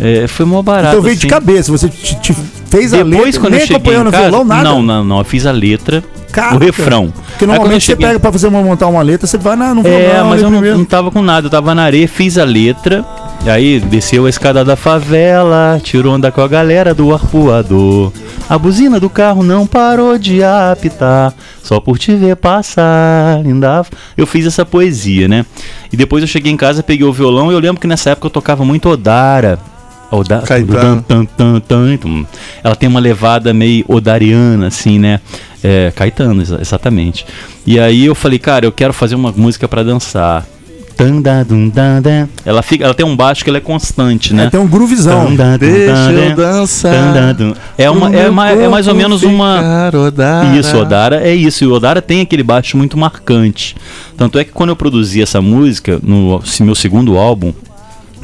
É, foi mó barato. Então veio de assim. cabeça, você te, te fez a Depois letra, quando nem eu cheguei acompanhou em no casa, violão, nada? não, não, não, eu fiz a letra, Caraca. o refrão. Porque Aí quando eu normalmente você cheguei- pega pra fazer uma, montar uma letra, você vai na, no violão. né? é, mas ali eu não, primeiro. não tava com nada, eu tava na areia, fiz a letra. e Aí desceu a escada da favela, tirou onda com a galera do arpoador. A buzina do carro não parou de apitar, só por te ver passar, linda. Eu fiz essa poesia, né? E depois eu cheguei em casa, peguei o violão e eu lembro que nessa época eu tocava muito Odara. Odara. Caetano. Tan, tan, tan, tum. Ela tem uma levada meio odariana, assim, né? É, Caetano, exa- exatamente. E aí eu falei, cara, eu quero fazer uma música pra dançar. Tan, da, dum, da, da. Ela, fica, ela tem um baixo que ela é constante, né? É, tem um groovizão. Tan, da, dum, da, Deixa eu da. dançar. Tan, da, dum. É, uma, O é, meu ma- é mais ou corpo menos uma. ficar Odara. né? Isso, Odara é isso. E o Odara tem aquele baixo muito marcante. Tanto é que quando eu produzi essa música, no se- meu segundo álbum,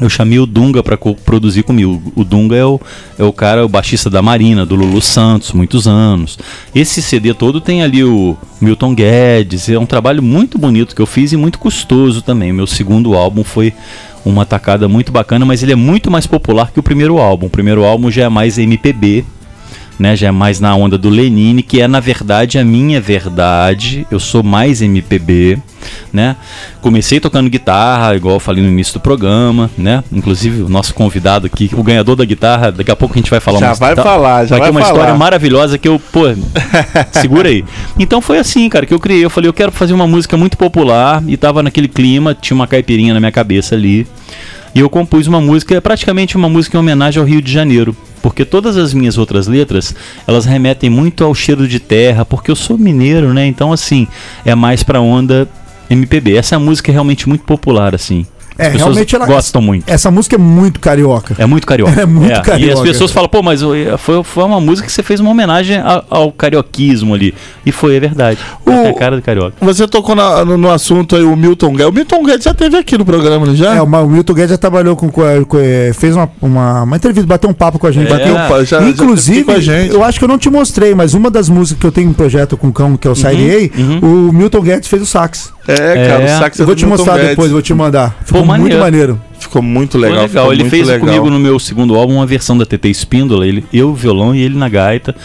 eu chamei o Dunga pra co- produzir comigo. O Dunga é o, é o cara, o baixista da Marina, do Lulu Santos, muitos anos. Esse CD todo tem ali o Milton Guedes. É um trabalho muito bonito que eu fiz e muito custoso também. Meu segundo álbum foi uma tacada muito bacana, mas ele é muito mais popular que o primeiro álbum. O primeiro álbum já é mais MPB né? Já é mais na onda do Lenine, que é na verdade a minha verdade. Eu sou mais MPB, né? Comecei tocando guitarra, igual eu falei no início do programa, né? Inclusive o nosso convidado aqui, o ganhador da guitarra, daqui a pouco a gente vai falar Já vai falar, já vai vai ter uma história falar. maravilhosa que eu, pô, segura aí. Então foi assim, cara, que eu criei. Eu falei, eu quero fazer uma música muito popular e tava naquele clima, tinha uma caipirinha na minha cabeça ali. E eu compus uma música, é praticamente uma música em homenagem ao Rio de Janeiro. Porque todas as minhas outras letras, elas remetem muito ao cheiro de terra, porque eu sou mineiro, né? Então, assim, é mais pra onda MPB. Essa música é realmente muito popular, assim. É, As pessoas realmente ela- gostam muito. Essa música é muito carioca. É muito carioca. É muito carioca. E as pessoas falam, pô, mas eh, foi, foi uma música que você fez uma homenagem a- ao carioquismo ali. E foi, é verdade. Essa é a cara do carioca. Você tocou na- no, no assunto aí, o Milton Guedes. O Milton Guedes já teve aqui no programa, não já? É, o Ma- o Milton Guedes já trabalhou com. com- eh, fez uma, uma, uma entrevista, bateu um papo com a gente. É, Bateu um papo, já- já Inclusive, teve aqui com a gente. eu acho que eu não te mostrei, mas uma das músicas que eu tenho um projeto com o cão, que é o Uhum, Sairei, o Milton Guedes fez o sax. É, cara, o sax é Eu vou do te Milton mostrar Guedes. depois, vou te mandar. Ficou muito maneiro. maneiro. Ficou muito Foi legal. legal. ficou Ele muito fez legal. comigo no meu segundo álbum uma versão da TT Espíndola, ele, eu violão e ele na gaita.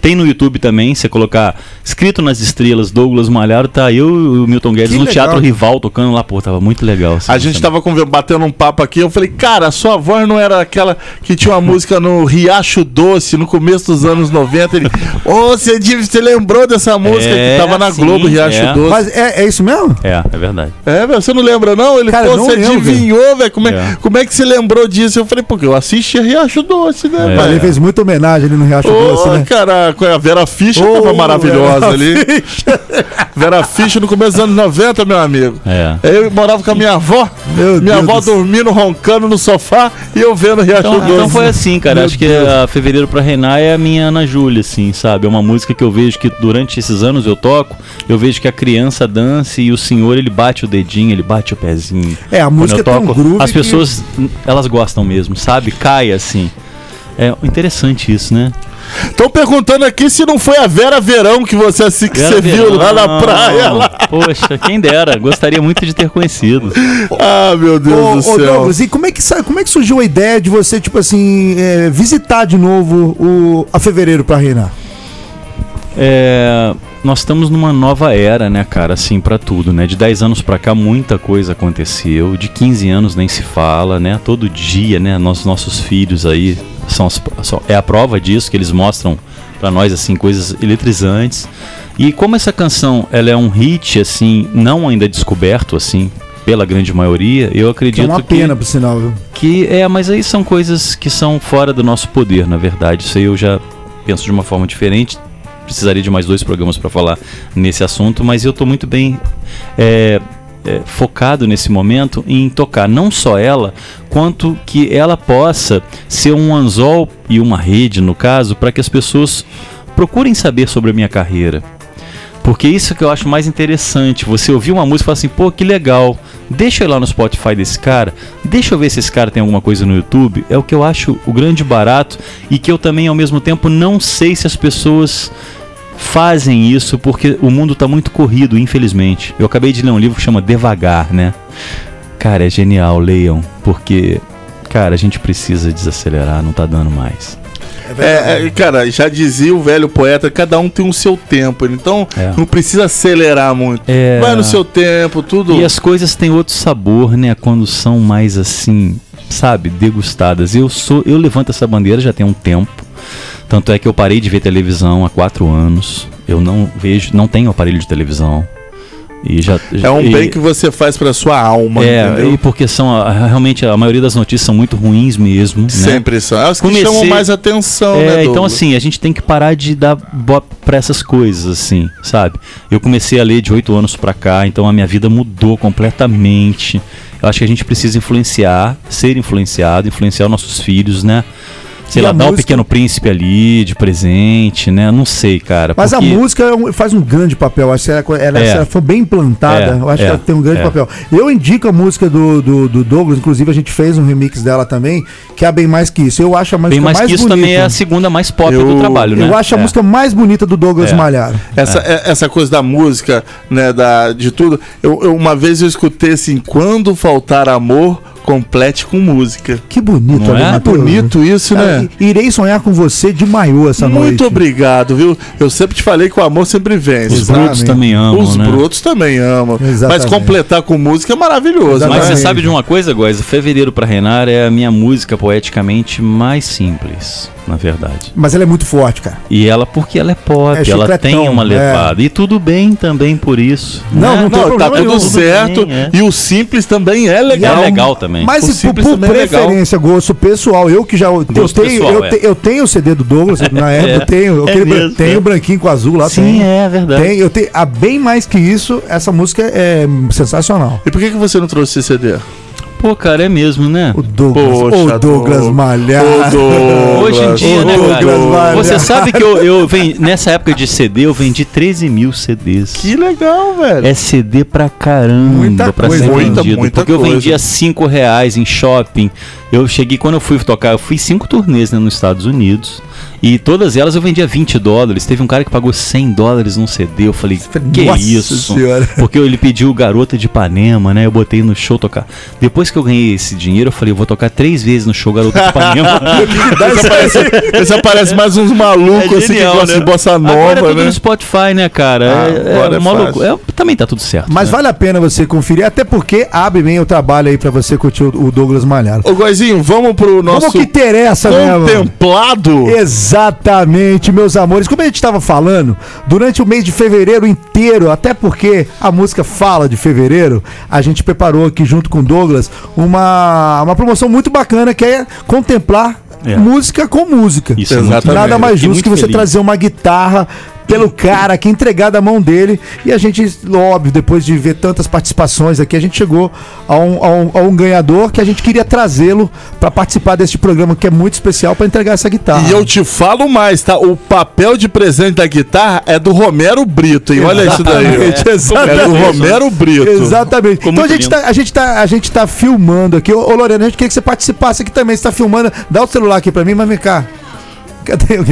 Tem no YouTube também, você colocar escrito nas estrelas Douglas Malharo, tá eu e o Milton Guedes Que no legal. Teatro Rival tocando lá, pô, tava muito legal. assim, A gente tava conver- batendo um papo aqui, eu falei, cara, a sua voz não era aquela que tinha uma música no Riacho Doce, no começo dos anos 90. Ele, ô, você, di- você lembrou dessa música que tava na É, sim, Globo, Riacho é. Doce. Mas é, é isso mesmo? É, é verdade. É, velho, você não lembra não? Ele, Cara, pô, não você lembro, adivinhou, velho, como é, É. como é que você lembrou disso? Eu falei, porque eu assisti Riacho Doce, É. né, Mas velho? Ele fez muita homenagem ali no Riacho Doce, Ô, né? caraca, é a Vera Fischer Ô, tava maravilhosa Vera ali. Vera Fischer no começo dos anos 90, meu amigo. É. Eu morava com a minha avó, minha avó dormindo, roncando no sofá e eu vendo Riacho Então, Doce. então foi assim, cara. né? Meu Acho que Deus. a Fevereiro pra Reinar é a minha Ana Júlia, assim, sabe? É uma música que eu vejo que durante esses anos eu toco, eu vejo que a criança dança e o senhor ele bate o dedinho, ele bate o pezinho. É, a Quando música eu tem um toco, groove As que- pessoas, elas gostam mesmo, sabe? Cai assim. É interessante isso, né? Estão perguntando aqui se não foi a Vera Verão que você, assi- que Vera você viu Verão, lá na praia. lá. Poxa, quem dera. Gostaria muito de ter conhecido. Ah, meu Deus Ô, ô, Douglas, e como é, que, sa- como é que surgiu a ideia de você, tipo assim, eh, visitar de novo o, a Fevereiro pra reinar? É, nós estamos numa nova era, né, cara, assim, pra tudo, né? De 10 anos pra cá muita coisa aconteceu, de 15 anos nem se fala, né? Todo dia, né, nós, nossos filhos aí são, as- são- é a prova disso que eles mostram pra nós assim coisas eletrizantes. E como essa canção, ela é um hit assim, não ainda descoberto assim pela grande maioria, eu Que é acredito uma que pena, por sinal, viu? que é, mas aí são coisas que são fora do nosso poder, na verdade. Isso aí eu já penso de uma forma diferente. Precisaria de mais dois programas para falar nesse assunto, mas eu tô muito bem é, é, focado nesse momento em tocar não só ela, quanto que ela possa ser um anzol e uma rede, no caso, para que as pessoas procurem saber sobre a minha carreira. Porque isso que eu acho mais interessante, você ouvir uma música e falar assim, pô, que legal, deixa eu ir lá no Spotify desse cara, deixa eu ver se esse cara tem alguma coisa no YouTube, é o que eu acho o grande barato e que eu também ao mesmo tempo não sei se as pessoas fazem isso porque o mundo tá muito corrido, infelizmente. Eu acabei de ler um livro que chama Devagar, né? Cara, é genial, leiam, porque, cara, a gente precisa desacelerar, não tá dando mais. É, é, cara, já dizia o velho poeta, cada um tem o seu tempo, então É. não precisa acelerar muito. Vai no seu tempo, tudo. E as coisas têm outro sabor, né? Quando são mais assim, sabe, degustadas. Eu sou, eu levanto essa bandeira já tem um tempo. Tanto é que eu parei de ver televisão há quatro anos. Eu não vejo, não tenho aparelho de televisão. E já É um e- bem que você faz pra sua alma, é, entendeu? e porque são a- realmente a maioria das notícias são muito ruins mesmo. Sempre né? são. É os que chamam mais atenção, é, né, Então, Douglas? assim, a gente tem que parar de dar bola pra essas coisas, assim, sabe? Eu comecei a ler de oito anos pra cá, então a minha vida mudou completamente. Eu acho que a gente precisa influenciar, ser influenciado, influenciar os nossos filhos, né? Sei E lá, a dar o música- pequeno príncipe ali de presente, né? Não sei, cara. Mas porque- a música é um- faz um grande papel. Acho que ela, ela, É. se ela for bem implantada, É, eu acho é, que ela tem um grande é. papel. Eu indico a música do, do, do Douglas, inclusive a gente fez um remix dela também, que é a Bem Mais Que Isso. Eu acho a música Bem mais, que isso bonita. também é a segunda mais pop do trabalho, né? Eu acho a É. música mais bonita do Douglas É. Malharo. Essa, é- essa coisa da música, né, da, de tudo. Eu, eu- uma vez eu escutei assim: quando faltar amor, complete com música. Que bonito, Não né, é? Matheus? bonito isso, Cara, né? i- Irei sonhar com você de maiô essa noite. Muito obrigado, viu? Eu sempre te falei que o amor sempre vence. Os brutos também amam, Os né? brutos também amam. Exatamente. Mas completar com música é maravilhoso. Mas né? você sabe de uma coisa, Góis? Fevereiro pra Renar é a minha música poeticamente mais simples, na verdade. Mas ela é muito forte, cara. E ela, porque ela é pop, É ela chicletão, tem uma né? é. levada. E tudo bem também por isso. Não, né? não tem Não, tá tudo certo. bem, é. E o simples também é legal. E é legal também. Mas se O por, simples por também é legal. preferência, gosto pessoal, eu que já eu tenho, Gosto pessoal, eu, é. te- eu tenho o CD do Douglas, na É, época eu tenho, eu é aquele bran- mesmo, tenho é. o branquinho com azul lá. Sim, é verdade. Tem, eu tenho, ah, bem mais que isso, essa música é hum, sensacional. E por que, que você não trouxe esse CD? Pô, cara, é mesmo, né? O Douglas, o Douglas Malhado. Hoje em dia, Ô, né, cara? Douglas Malhado. Você sabe que eu, eu ven- nessa época de CD, eu vendi 13 mil CDs. Que legal, velho. É CD pra caramba, Muita pra coisa, ser muita, vendido. muita porque eu coisa. vendia 5 reais em shopping. Eu cheguei, quando eu fui tocar, eu fui cinco turnês né, nos Estados Unidos. E todas elas eu vendia 20 dólares. Teve um cara que pagou 100 dólares num CD. Eu falei, que Nossa isso? Senhora. Porque ele pediu Garota de Ipanema, né? Eu botei no show tocar. Depois que eu ganhei esse dinheiro, eu falei, eu vou tocar três vezes no show Garota de Ipanema. Esse aparece, esse aparece mais uns malucos É assim que genial, gostam né? de bossa Agora é nova, tudo né? no Spotify, né, cara? Ah, é, agora é é uma fácil. loucura. É, também tá tudo certo. Mas né? vale a pena você conferir, até porque abre bem o trabalho aí pra você curtir o o Douglas Malhado. Ô, Goizinho, vamos pro nosso. Como que interessa, né, mano? Contemplado? Exatamente, meus amores. Como a gente estava falando, durante o mês de fevereiro inteiro, até porque a música fala de fevereiro, a gente preparou aqui junto com o Douglas uma, uma promoção muito bacana que é contemplar É. música com música. Isso é muito Exatamente. Nada Eu mais fiquei justo que muito você feliz. trazer uma guitarra pelo cara que entregar da mão dele e a gente, óbvio, depois de ver tantas participações aqui, a gente chegou a um, a um- a um ganhador que a gente queria trazê-lo para participar deste programa que é muito especial para entregar essa guitarra. E eu te falo mais, tá? O papel de presente da guitarra é do Romero Brito, hein? Olha isso daí. Exatamente, exatamente. É do Romero Brito. Exatamente. Ficou então a muito gente, lindo. tá, a, gente tá, a gente tá filmando aqui. Ô, ô Lorena, a gente queria que você participasse aqui também. Você tá filmando. Dá o celular aqui pra mim, mas vem cá. Cadê?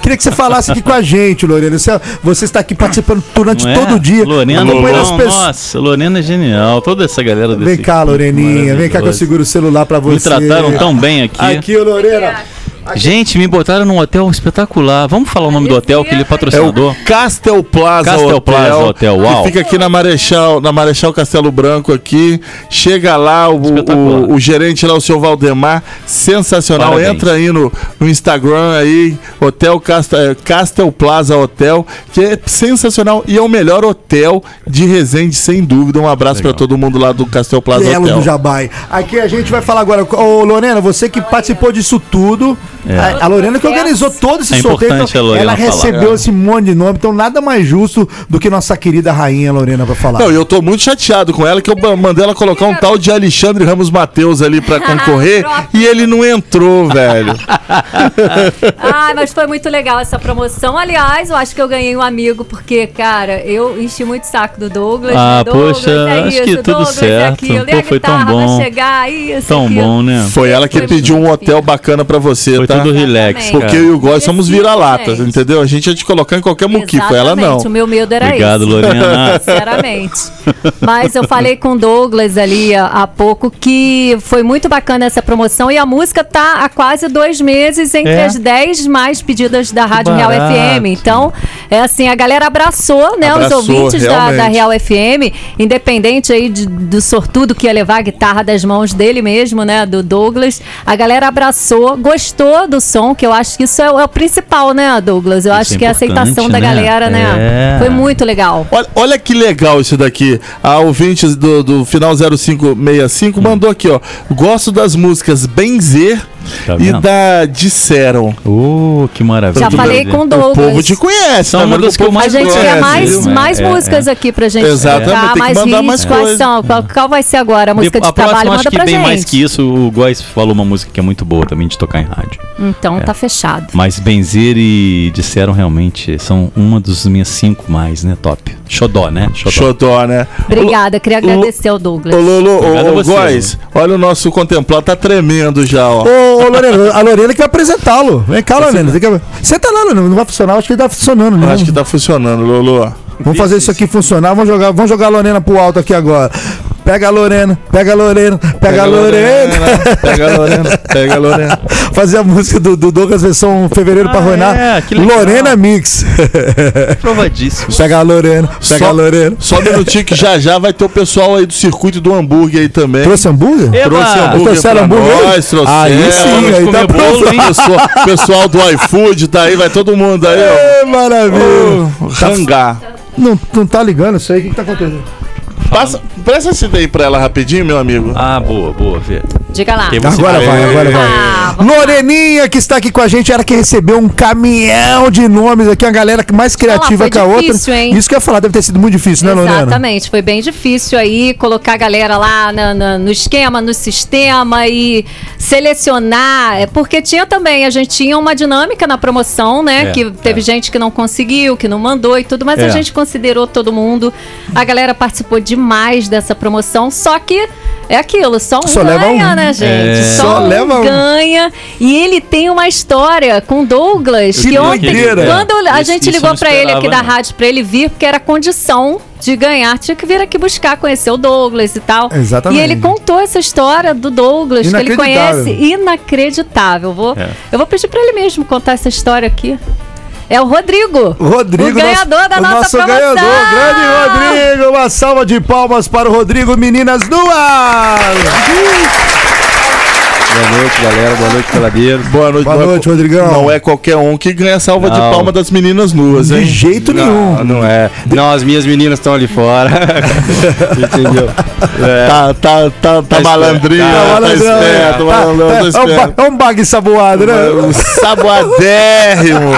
Queria que você falasse aqui com a gente, Lorena. Você, você está aqui participando durante Não é? todo o dia. Lorena, acompanhando as não, pessoas. Nossa, Lorena é genial. Toda essa galera desse Vem cá, equipe Loreninha. Vem cá que eu maravilhosa. seguro o celular pra você. Me trataram tão bem aqui. Aqui, ô Lorena. Gente, me botaram num hotel espetacular. Vamos falar o nome do hotel que ele É é o patrocinador? Castel Plaza Castel Hotel. Plaza Hotel, uau. Que fica aqui na Marechal, na Marechal Castelo Branco aqui. Chega lá o, o, o gerente lá, o seu Valdemar, sensacional. Parabéns. Entra aí no, no Instagram aí, Hotel Castel, eh, Castel Plaza Hotel, que é sensacional e é o melhor hotel de Resende, sem dúvida. Um abraço pra todo mundo lá do Castel Plaza Belo Hotel. do Jabai. Aqui a gente vai falar agora. Ô, Lorena, você que participou disso tudo. É. A, a Lorena que organizou todo esse É sorteio. então importante a Lorena ela falar. recebeu É. esse monte de nome. Então, nada mais justo do que nossa querida rainha Lorena pra falar. Não, e eu tô muito chateado com ela, que eu ba- mandei ela colocar um tal de Alexandre Ramos Mateus ali pra concorrer e ele não entrou, velho. Ai, Ah, mas foi muito legal essa promoção. Aliás, eu acho que eu ganhei um amigo, porque, cara, eu enchi muito o saco do Douglas. Ah, né? Douglas, poxa, acho que tudo É Douglas, certo. aquilo. E Pô, a É, foi tão guitarra bom. né? vai chegar, isso, aquilo. Foi ela que pediu um hotel bacana pra você, tá? tudo relax, Exatamente. Porque cara. eu e o Góis somos vira-latas, Exatamente. entendeu? A gente ia te colocar em qualquer muquifa, ela não. Exatamente, o meu medo era Obrigado, esse. Lorena. Sinceramente. Mas eu falei com o Douglas ali há, há pouco que foi muito bacana essa promoção e a música tá há quase dois meses entre É. as 10 mais pedidas da Rádio Real barato. FM. Então, é assim, a galera abraçou, né, Abraçou, os ouvintes da, realmente. da Real FM, independente aí de- do sortudo que ia levar a guitarra das mãos dele mesmo, né, do Douglas. A galera abraçou, gostou do som, que eu acho que isso é, o- é o principal, né, Douglas? Eu acho é que é a aceitação da importante, né? galera, né? É. Foi muito legal. Olha, olha que legal isso daqui. A ouvinte do, do final Hum. 0565 mandou aqui, ó. Gosto das músicas Benzer e Tá vendo? da Disseram. Oh, que maravilha. Então Já falei com o Douglas. O povo te conhece, São tá uma vendo? das O povo que eu mais te A gente conhece, quer mais, viu? mais É, é. músicas aqui pra gente Exatamente, tocar, tem que mandar hits, mais quais coisa. são? Qual, qual vai ser agora a música Depo- de trabalho? acho Manda que pra bem gente. mais que isso, o Góis falou uma música que é muito boa também de tocar em rádio. Então É. tá fechado. Mas Benzer e disseram realmente, são uma dos minhas cinco mais, né? Top. Xodó, né? Xodó, né? Obrigada, queria agradecer ao Douglas. Ô, Lolo, Obrigado a ô, ô você, Góis, olha o nosso contemplado, tá tremendo já, ó. Ô, ô, Lorena, a Lorena que vai apresentá-lo. Vem cá, Lorena. Você que- Senta lá, Lorena. Não vai funcionar. Acho que tá funcionando, né? Acho que tá funcionando, Lolo. Vamos fazer isso aqui funcionar. Vamos jogar, vamos jogar a Lorena pro alto aqui agora. Pega a Lorena, pega a Lorena, pega, a Lorena. Pega a Lorena, pega a Lorena. Fazer a música do, do Douglas versão fevereiro pra arruinar. é, que legal. Lorena Mix. Provadíssimo. Pega a Lorena, pega Só- a Lorena. Só um minutinho que já já vai ter o pessoal aí do circuito do hambúrguer aí também. Trouxe hambúrguer? Trouxe Eba! hambúrguer Trouxeram pra hambúrguer aí? nós, trouxeram. Aí sim, aí tá pronto. pessoal, pessoal do iFood tá aí, vai todo mundo aí, Ê, ó. maravilha. Tá Rangar. Não, não tá ligando isso aí, o que, que tá acontecendo? Passa, presta esse daí pra ela rapidinho, meu amigo. Ah, boa, boa, Fê. Diga lá. Porque você- Agora vai, Aê. agora vai. Ah, Loreninha, É. que está aqui com a gente, era que recebeu um caminhão de nomes aqui, a galera que mais criativa foi que a difícil, outra. hein? Isso que eu ia falar, deve ter sido muito difícil, né, Lorena? Exatamente, foi bem difícil aí colocar a galera lá na- na- no esquema, no sistema e selecionar, É porque tinha também, a gente tinha uma dinâmica na promoção, né, É, que teve gente que não conseguiu, que não mandou e tudo, mas a É. gente considerou todo mundo, a galera participou demais dessa promoção, só que é aquilo, só um Só ganha, leva um. né, gente? É. Só um leva um. ganha e ele tem uma história com Douglas, Que que ontem, doideira. quando a Isso- gente isso eu ligou não pra ele aqui da esperava, não. rádio, rádio pra ele vir, porque era condição de ganhar. Tinha que vir aqui buscar, conhecer o Douglas e tal. Exatamente. E ele contou essa história do Douglas, que ele Inacreditável. conhece. Inacreditável. Vou, É. Eu vou pedir pra ele mesmo contar essa história aqui. É o Rodrigo. Rodrigo, o ganhador nosso- da o nossa nosso promoção. ganhador, grande Rodrigo. Uma salva de palmas para o Rodrigo Meninas do Ar. Uhum. Boa noite, galera. Boa noite, peladeiros. Boa noite, Boa noite, Rodrigão. Não é qualquer um que ganha salva de Não. palma das meninas nuas, hein? De jeito Não, não é. Não, as minhas meninas estão ali fora. Entendeu? É. Tá, tá, tá, tá malandrinho, tá, esperto, malandrão, tá É um ba- esperto. é um bag saboado, né? Um saboadérrimo.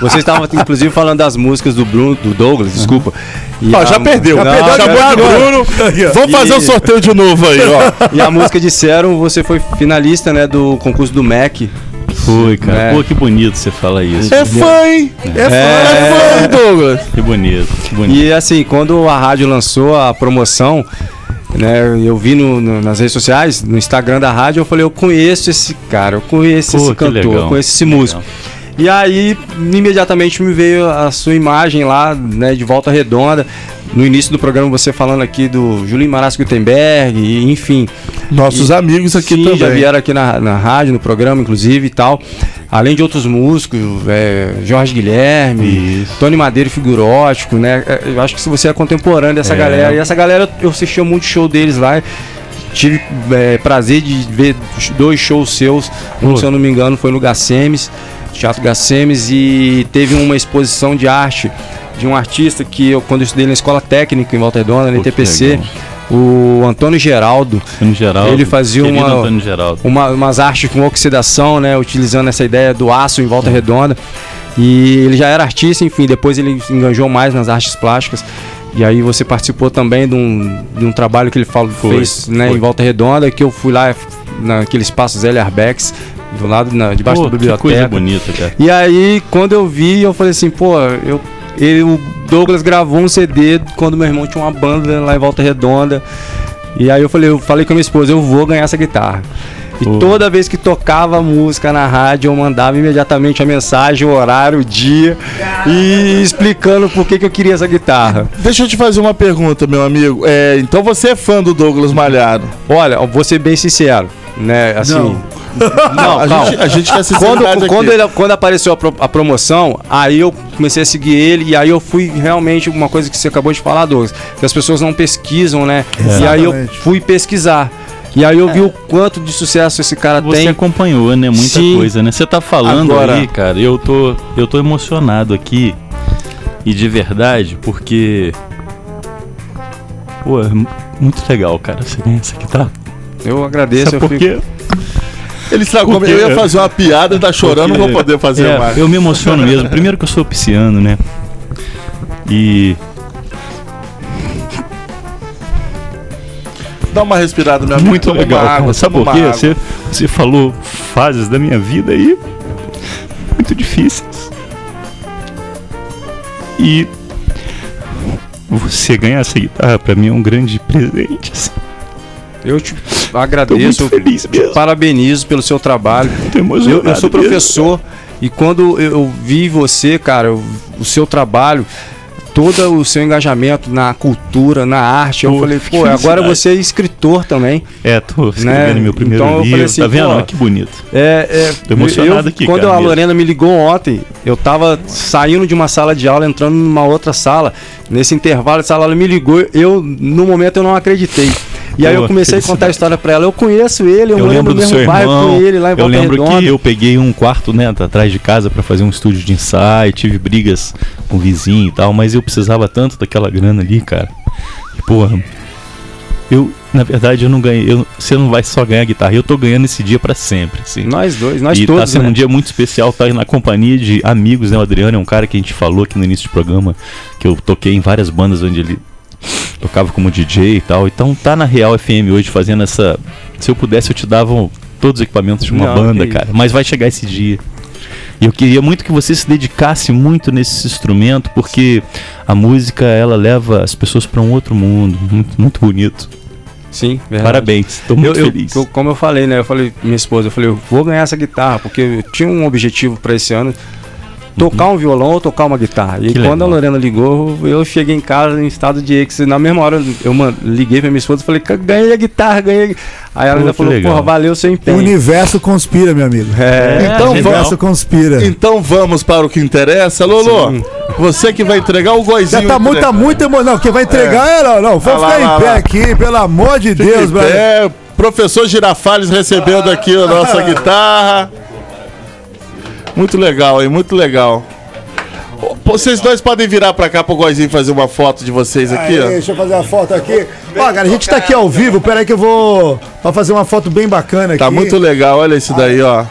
Vocês estavam, inclusive, falando das músicas do Bruno, do Douglas, desculpa. E Ó, a- já perdeu. Não, Já perdeu, já acabou de perdeu. Bruno. Aqui, ó. Vamos fazer E- o sorteio de novo aí, ó. E a música disseram, você foi finalista, né, do concurso do MEC. Fui, cara. É. Pô, que bonito você fala isso. É fã, hein? É fã, é fã, Douglas. Que bonito, que bonito. E assim, quando a rádio lançou a promoção, né, eu vi no- no- nas redes sociais, no Instagram da rádio, eu falei, eu conheço esse cara, eu conheço Pô, esse que cantor, legal, eu conheço esse que músico. legal. E aí, imediatamente me veio a sua imagem lá, né, de volta redonda. No início do programa, você falando aqui do Julinho Marasco Gutenberg, e, enfim. Nossos amigos aqui sim, Já também. vieram aqui na, na rádio, no programa, inclusive e tal. Além de outros músicos, é, Jorge Guilherme, Tony Madeira e Figurótico, né? É, Eu acho que se você é contemporâneo dessa É. galera. E essa galera, eu assistia muito show deles lá. Tive é, prazer de ver dois shows seus. Um, Pô. se eu não me engano, foi no Gacemes, Teatro Gacemes, e teve uma exposição de arte de um artista que eu, quando eu estudei na escola técnica em Volta Redonda, na Pô, que ITPC, legal. o Antônio Geraldo. Antônio Geraldo. Ele fazia Querido uma, Antônio Geraldo. uma- umas artes com oxidação, né? Utilizando essa ideia do aço em volta redonda. E ele já era artista, enfim, depois ele enganjou mais nas artes plásticas. E aí você participou também de um, de um trabalho que ele falou, fez né, foi. em volta redonda, que eu fui lá naquele espaço Zé Arbex, do lado, na, debaixo Pô, da que biblioteca. coisa bonita, cara. E aí, quando eu vi, eu falei assim, pô, eu, ele, o Douglas gravou um CD quando meu irmão tinha uma banda lá em Volta Redonda. E aí eu falei, eu falei com a minha esposa, eu vou ganhar essa guitarra. E toda vez que tocava música na rádio, eu mandava imediatamente a mensagem, o horário, o dia, e explicando por que, que eu queria essa guitarra. Deixa eu te fazer uma pergunta, meu amigo. É, então você é fã do Douglas Malhado? Olha, eu vou ser bem sincero, né? Assim. Não. Não, a calma. gente- a gente quer sinceridade quando, aqui. quando, ele- quando apareceu a, pro- a promoção, aí eu comecei a seguir ele e aí eu fui realmente uma coisa que você acabou de falar, Douglas, que as pessoas não pesquisam, né? E aí eu Exatamente. É. fui pesquisar. E aí eu vi o quanto de sucesso esse cara Você tem. acompanhou, né? Muita Sim. coisa, né? Você tá falando Agora- aí, cara, eu tô, eu tô emocionado aqui. E de verdade, porque. Pô, é mu- muito legal, cara. Você ganha essa tá guitarra. Eu agradeço, Sabe eu por fico- quê? Ele estragou. Porque- Eu ia fazer uma piada, tá chorando, não vou poder fazer é, mais. Eu me emociono mesmo. Primeiro que eu sou pisciano, né? E. Dá uma respirada, meu amigo. Muito Toma uma legal. água, Sabe toma por uma quê? água. Você, você falou fases da minha vida aí muito difíceis. E você ganhar essa guitarra pra mim é um grande presente. assim. Eu te agradeço, Tô muito feliz eu te parabenizo pelo seu trabalho. Eu, emocionado eu sou mesmo, professor e quando eu- eu vi você, cara, eu- o seu trabalho, todo o seu engajamento na cultura, na arte, eu Pô, falei, que pô, agora felicidade. você é escritor também. Né? É, tô escrevendo meu primeiro Então eu falei livro. assim, tá vendo? pô, Olha que bonito. É, é, Tô emocionado eu- aqui, Quando cara, a mesmo. Lorena me ligou ontem, eu tava saindo de uma sala de aula, entrando numa outra sala. Nesse intervalo de sala, ela me ligou. Eu, no momento, eu não acreditei. E aí Pô, eu comecei a felicidade. contar a história pra ela. Eu conheço ele, eu, Eu lembro lembro do mesmo seu bairro irmão. com ele lá em eu Volta lembro Redonda. que eu peguei um quarto, né, atrás de casa pra fazer um estúdio de ensaio, tive brigas com o vizinho e tal, mas eu precisava tanto daquela grana ali, cara. E, porra, eu, na verdade, eu não ganhei. eu- você não vai só ganhar guitarra, eu tô ganhando esse dia pra sempre. Assim. Nós dois, nós e Tá todos, sendo né? um dia muito especial, tá na companhia de amigos, né? O Adriano é um cara que a gente falou aqui no início do programa, que eu toquei em várias bandas onde ele tocava como DJ e tal. Então tá na Real FM hoje fazendo essa. Se eu pudesse, eu te dava um- todos os equipamentos de uma Não, banda, que cara. Mas vai chegar esse dia. E eu queria muito que você se dedicasse muito nesse instrumento, porque a música ela leva as pessoas pra um outro mundo, muito, muito bonito. Sim, Parabéns, tô muito eu, eu- feliz. eu- como eu falei, né? Eu falei, minha esposa, eu falei, eu vou ganhar essa guitarra, porque eu tinha um objetivo pra esse ano. Tocar um violão ou tocar uma guitarra. E Uhum. Que quando legal. a Lorena ligou, eu cheguei em casa em estado de êxtase. Na mesma hora, eu man- liguei pra minha esposa e falei, "Ca- ganhei a guitarra, ganhei. Aí ela Pô, ainda que falou, legal. porra, valeu seu O empenho. universo conspira, meu amigo. É, então o legal. universo conspira. Então vamos para o que interessa, Lolo. Você que vai entregar o goizinho. Já tá muito, tá muito emocionado. Não, quem vai entregar é, não, não. Vou Ah, lá, ficar lá, em pé lá. aqui, pelo amor de Deus, Deus, brother. é, professor Girafales recebendo aqui a nossa guitarra. Muito legal, hein? Muito legal. Ô, Vocês dois podem virar pra cá pro Goizinho fazer uma foto de vocês aqui, Aí, ó. Deixa eu fazer uma foto aqui. Ó, cara, a gente tá aqui ao vivo. Pera aí que eu vou pra fazer uma foto bem bacana aqui. Tá muito legal, olha isso daí, ó.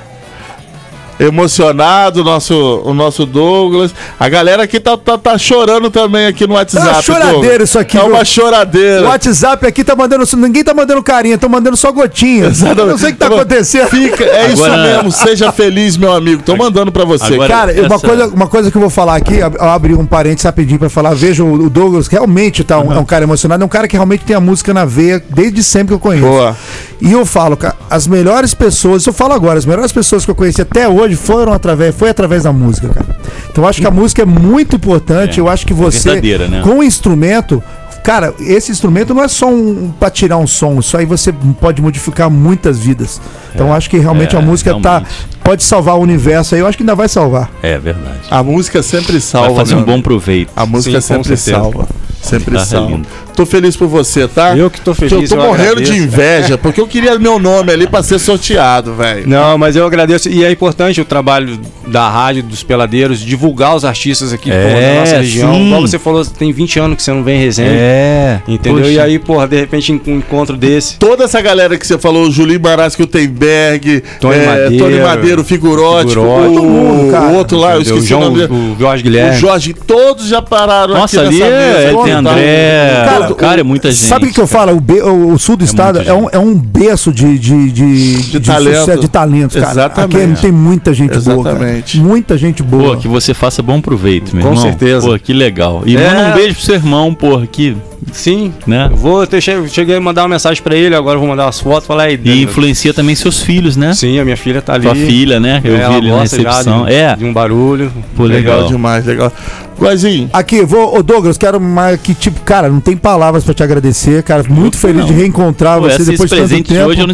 Emocionado, o nosso, o nosso Douglas. A galera aqui tá, tá, tá chorando também aqui no Tá WhatsApp. uma choradeira Douglas. isso aqui. Tá viu? uma choradeira. O WhatsApp aqui tá mandando. Ninguém tá mandando carinha, tá mandando só gotinha. Eu Não sei o que tá acontecendo. Fica, é isso mesmo, seja feliz, meu amigo. Tô mandando pra você. cara, uma, coisa, uma coisa que eu vou falar aqui, ab- eu abri um parênteses rapidinho pra falar. Veja, o o Douglas realmente tá um, é um cara emocionado, é um cara que realmente tem a música na veia desde sempre que eu conheço. Boa. E eu falo, cara, as melhores pessoas, isso eu falo agora, as melhores pessoas que eu conheci até hoje foram através, foi através da música, cara. Então eu acho que a música é muito importante, É, eu acho que é você, verdadeira, né? com o Um instrumento, cara, esse instrumento não é só um, pra tirar um som, isso aí você pode modificar muitas vidas. Então eu acho que realmente é, a música tá, pode salvar o universo aí, eu acho que ainda vai salvar. É verdade. A música sempre salva. Vai fazer um meu amigo. bom proveito. A música Sim, com sempre certeza. salva. Sempre Guitarra é salva. linda. Tô feliz por você, tá? Eu que tô feliz, Eu tô eu morrendo agradeço. de inveja, porque eu queria meu nome ali pra ser sorteado, velho. Não, mas eu agradeço. E é importante o trabalho da rádio, dos peladeiros, divulgar os artistas aqui É, pô, da nossa região. sim. Como você falou, tem 20 anos que você não vem em resenha. É. Entendeu? Poxa. E aí, porra, de repente um encontro desse. Toda essa galera que você falou, o Julinho Barasco, o Teimberg, Tony Madeiro, Tony Madeiro, Figurote, Figurote. o, Todo mundo, cara. o outro lá, eu Entendeu? esqueci João- o nome dele. o Jorge Guilherme. O Jorge, todos já pararam Nossa, aqui ali nessa é, mesa. tem Todo- André, Todo- cara, é muita gente. Sabe o que eu falo? O, be- o- o sul do estado é um, é um berço de, de, de, de talento. sucesso, de talentos, cara. Exatamente. Aqui tem muita gente Exatamente. boa. Cara. Muita gente boa. Pô, que você faça bom proveito, meu Com irmão. certeza. Pô, que legal. E É. manda um beijo pro seu irmão, porra, que. Sim. Né? Eu Vou, eu che- cheguei a mandar uma mensagem pra ele, agora eu vou mandar umas fotos, falar aí. E influencia também seus filhos, né? Sim, a minha filha tá ali. Sua filha, né? Eu É, ela vi ele na gosta já recepção. de- é. de um barulho. Pô, legal. legal. demais, legal. Guazinho. Aqui, vou, ô Douglas, quero mais que tipo, cara, não tem palavras pra te agradecer, cara. Muito feliz de reencontrar Pô, Ah, você esse depois de tanto presente de tempo. hoje eu não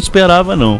esperava, não.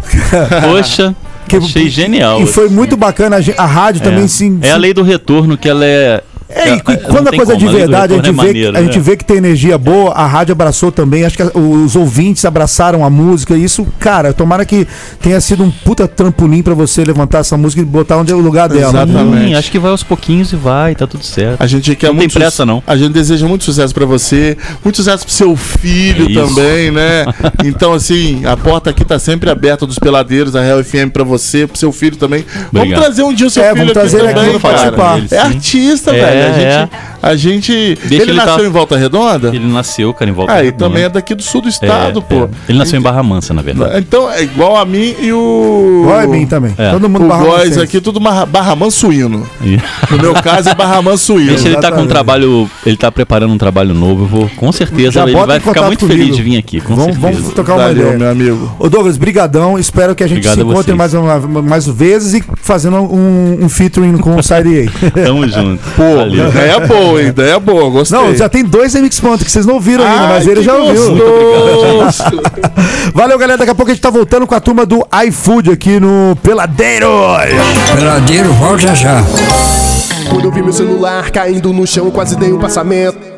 Poxa, achei genial. E foi muito bacana a, gen- a rádio também é. se, É a se- lei do retorno que ela é. É, e é, não quando a tem coisa é como, de lei do verdade, a gente, retorno vê, é que- maneiro, a gente né? vê que tem energia boa, a rádio abraçou também, acho que a- os ouvintes abraçaram a música, e isso, cara, tomara que tenha sido um puta trampolim pra você levantar essa música e botar onde é o lugar dela. Sim, acho que vai aos pouquinhos e vai, tá tudo certo. A gente quer não muito tem pressa, suce- não. A gente deseja muito sucesso pra você, muito sucesso pro seu filho É isso. também, né? então, assim, a porta aqui tá sempre aberta dos peladeiros, da Real FM pra você, pro seu filho também. Vamos Obrigado. trazer um dia o seu É, filho vamos trazer ele aqui também, pra cara. participar. Ele, sim. É artista, É, velho. A é. gente. A gente... Deixa ele, ele nasceu tá- em Volta Redonda? Ele nasceu, cara, em volta. Ah, e Redonda. também é daqui do sul do estado, É, pô. é. Ele nasceu em Barra Mansa, na verdade. Então é igual a mim e o. Igual a mim também. É. Todo mundo o Barra Góis Mansense. aqui, tudo barra, barra mansuíno. No meu caso é barra mansuíno. Deixa ele tá com um Exatamente. trabalho, ele tá preparando um trabalho novo, eu vou, com certeza Já ele bota vai em ficar contato muito comigo. feliz de vir aqui, com Vamos, certeza. vamos tocar uma ideia. amigo. Ô Douglas, brigadão, espero que a gente Obrigado se a encontre mais, uma, mais vezes e fazendo um, um featuring com o Side A. Tamo junto. É. Pô, ideia boa, hein? ideia boa, gostei. Não, já tem dois MX Ponto que vocês não viram ainda, Ai, mas ele que já ouviu. gostoso. Valeu, galera. Daqui a pouco a gente tá voltando com a turma do iFood aqui no Peladeiro. Peladeiro volta já. Quando eu vi meu celular caindo no chão, quase dei um passamento.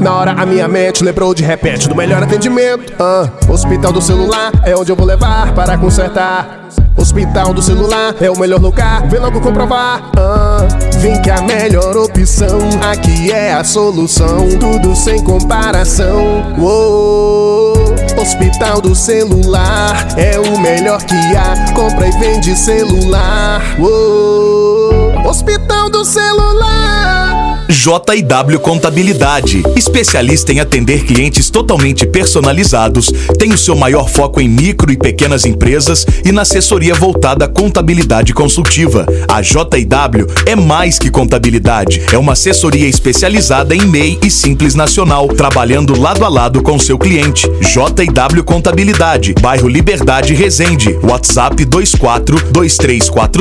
Na hora a minha mente lembrou de repente do melhor atendimento. Ah, hospital do celular é onde eu vou levar para consertar. Hospital do celular é o melhor lugar, vem logo comprovar. Ah, vem que a melhor opção aqui é a solução. Tudo sem comparação. Uou, Hospital do celular é o melhor que há. Compra e vende celular. Uou. Hospital do celular. JW Contabilidade, especialista em atender clientes totalmente personalizados, tem o seu maior foco em micro e pequenas empresas e na assessoria voltada à contabilidade consultiva. A JW é mais que contabilidade, é uma assessoria especializada em MEI e Simples Nacional, trabalhando lado a lado com seu cliente. JW Contabilidade, bairro Liberdade Resende, WhatsApp 24 2340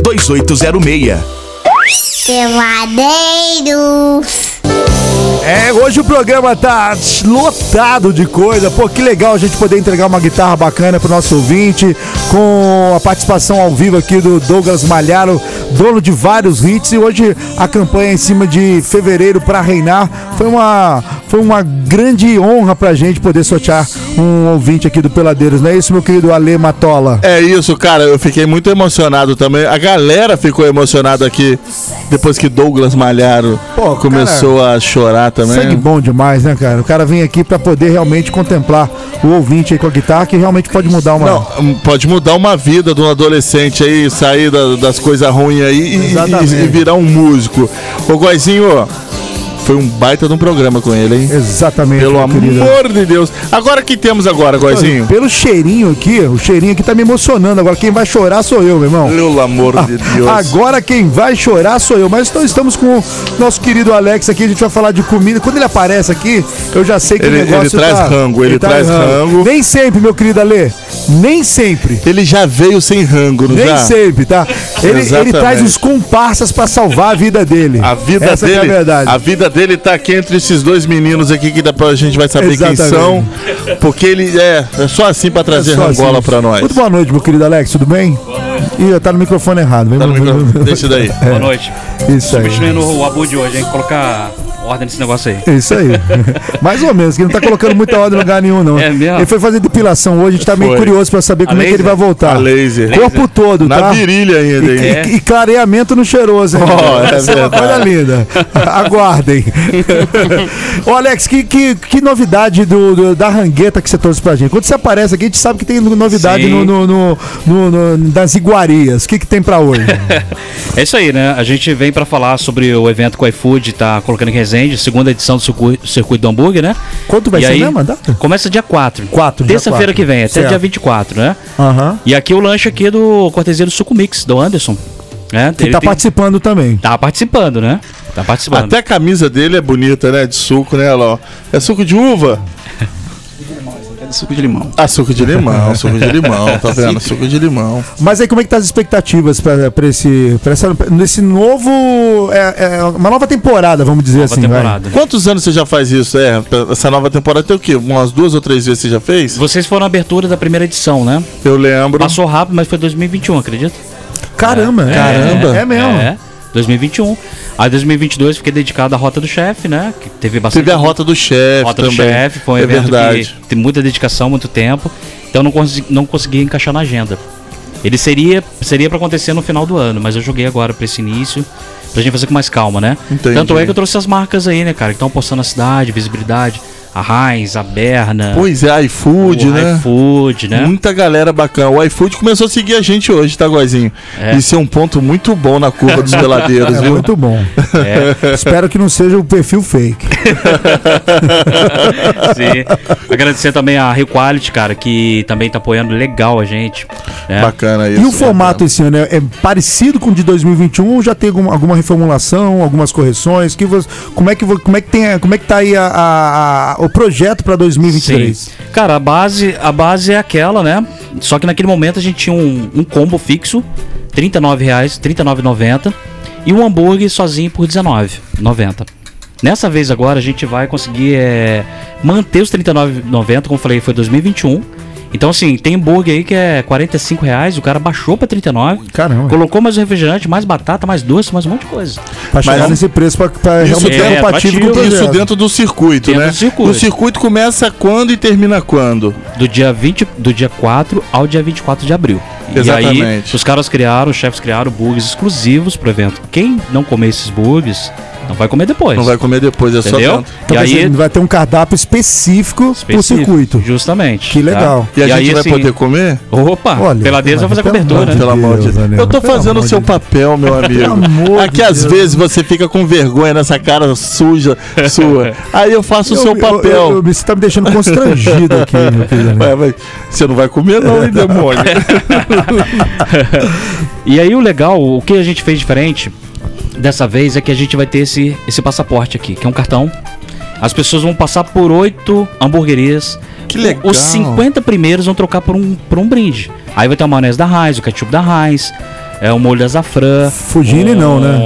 2806. Peladeiros. É, hoje o programa tá lotado de coisa. Pô, que legal a gente poder entregar uma guitarra bacana pro nosso ouvinte, com a participação ao vivo aqui do Douglas Malharo, dono de vários hits. E hoje a campanha é em cima de fevereiro para reinar foi uma, foi uma grande honra pra gente poder sortear um ouvinte aqui do Peladeiros, não é isso, meu querido Ale Matola? É isso, cara. Eu fiquei muito emocionado também. A galera ficou emocionada aqui depois que Douglas Malharo Pô, começou a chorar Ah, também. Sangue bom demais, né, cara? O cara vem aqui pra poder realmente contemplar o ouvinte aí com a guitarra, que realmente pode mudar uma. Não, hum, pode mudar uma vida de um adolescente aí, sair da- das coisas ruins aí e- Exatamente. e, e virar um músico. Ô, Goizinho, foi um baita de um programa com ele, hein? Exatamente. Pelo meu querido. amor de Deus. Agora que temos agora, Goizinho? Pelo cheirinho aqui, o cheirinho aqui tá me emocionando. Agora quem vai chorar sou eu, meu irmão. Ah, Pelo amor de Deus. Agora quem vai chorar sou eu. Mas então estamos com o nosso querido Alex aqui, a gente vai falar de comida. Quando ele aparece aqui, eu já sei que Ele- o negócio ele traz tá- rango, ele traz rango. Nem sempre, meu querido Ale, nem sempre. Ele já veio sem rango, não Nem já? sempre, tá? Ele, ele Exatamente. traz os comparsas pra salvar a vida dele. A vida Essa que dele, é a verdade. a vida dele tá aqui entre esses dois meninos aqui que depois a gente vai saber quem Exatamente. são, porque ele é, é só assim pra trazer É só rangola assim. pra nós. Muito boa noite, meu querido Alex, tudo bem? Boa noite. Ih, tá no microfone errado. Tá no microfone, deixa daí. É, Boa noite. Isso aí. Substituindo o Abu de hoje, hein? Colocar ordem nesse negócio aí. É isso aí. Mais ou menos, que ele não tá colocando muita ordem em lugar nenhum, não. É mesmo? Ele foi fazer depilação hoje, a gente tá meio Foi. curioso pra saber A como é que laser? ele vai voltar. A laser. Corpo todo, Na tá? virilha ainda, E, hein? e- e clareamento no cheiroso, hein? Oh, é Essa é uma verdade. coisa linda. Aguardem. Ô, Alex, que, que, que novidade do, do- da rangueta que você trouxe pra gente? Quando você aparece aqui, a gente sabe que tem novidade Sim. no, no, no- no- no- das iguarias. O que, que tem pra hoje? É isso aí, né? A gente vem pra falar sobre o evento com o iFood, tá colocando em Resende, segunda edição do circu- Circuito do Hambúrguer, né? Quanto vai E ser aí, mesmo a data? Começa dia 4. 4, dia Terça-feira 4. que vem, é até Certo. dia 24, né? Aham. E aqui o lanche aqui é do cortesia do Suco Mix, do Anderson. Né? Que Ele tá tem- participando também. Tá participando, né? Tá participando. Até a camisa dele é bonita, né? De suco, né? Olha lá, ó. É suco de uva? Suco É de limão. Ah, suco de limão, suco de limão, tá vendo? Sim. Suco de limão. Mas aí como é que tá as expectativas pra pra esse, pra essa, nesse novo, é, é, uma nova temporada, vamos dizer assim, vai. Quantos anos você já faz isso? É, essa nova temporada tem o quê? Umas duas ou três vezes você já fez? Vocês foram à abertura da primeira edição, né? Eu lembro. Passou rápido, mas foi 2021, acredita? Caramba, é, Caramba. é mesmo. 2021. Aí 2022 fiquei dedicado à Rota do Chefe, né? Que teve bastante. Teve a Rota do Chefe Rota do também. Chefe, foi um É evento verdade. que tem muita dedicação, muito tempo. Então não consegui, não consegui encaixar na agenda. Ele seria seria para acontecer no final do ano, mas eu joguei agora pra esse início, pra gente fazer com mais calma, né? Entendi. Tanto é que eu trouxe as marcas aí, né, cara, que estão postando a cidade, visibilidade, a Heinz, a Berna. Pois é, iFood, O né? iFood, né? Muita galera bacana. O iFood começou a seguir a gente hoje, tá, Goizinho? É. Isso é um ponto muito bom na curva dos peladeiros, É viu? muito bom. É. Espero que não seja o perfil fake. Sim. Agradecer também a Rio Quality, cara, que também tá apoiando legal a gente. né? Bacana e o formato esse ano é, é parecido com o de 2021 ou já tem alguma, alguma reformulação, algumas correções? Que vo- como, é que, vo- como, é que tem, a- como é que tá aí a- a- a- o projeto para 2023? Sim. Cara, a base, a base é aquela, né? Só que naquele momento a gente tinha um, um combo fixo, R$ 39 reais, 39,90 e um hambúrguer sozinho por R$19,90. Nessa vez agora a gente vai conseguir é, manter os 39,90, como eu falei, foi 2021. Então assim, tem hambúrguer aí que é R$ 45 reais, o cara baixou pra 39, Caramba. colocou mais um refrigerante, mais batata, mais doce, mais um monte de coisa. Para chegar nesse preço É, para Isso, realmente ser dentro, compatível com o projeto. isso né? dentro do circuito, Dentro né? do circuito. O circuito começa quando e termina quando? Do dia 20, do dia 4 ao dia 24 de abril. E aí, Exatamente. os caras criaram, os chefes criaram bugs exclusivos pro evento. Quem não comer esses bugs Não vai comer depois. Não vai comer depois, é só Entendeu? dentro. E Então, quer dizer, aí, vai ter um cardápio específico, pro circuito. Justamente. tá? Que legal. E a gente vai poder comer? assim, Opa, Olha, Peladeiros vai fazer a cobertura, né? Pelo amor de Deus. Eu tô Pelo fazendo o amor seu de papel, meu Pelo amigo. amor Aqui de às Deus. vezes você fica com vergonha nessa cara suja sua. Aí eu faço o Eu- seu eu- papel. eu- eu- você tá me deixando constrangido aqui, meu querido. Ué, mas você não vai comer, não, hein, demônio? É, E aí o legal, o que a gente fez diferente dessa vez é que a gente vai ter esse, esse passaporte aqui, que é um cartão. As pessoas vão passar por oito hamburguerias. Que legal. Os 50 primeiros vão trocar por um, por um brinde. Aí vai ter a maionese da Raiz, o ketchup da Raiz, é, o molho da Zafran. um- Fugine não, né?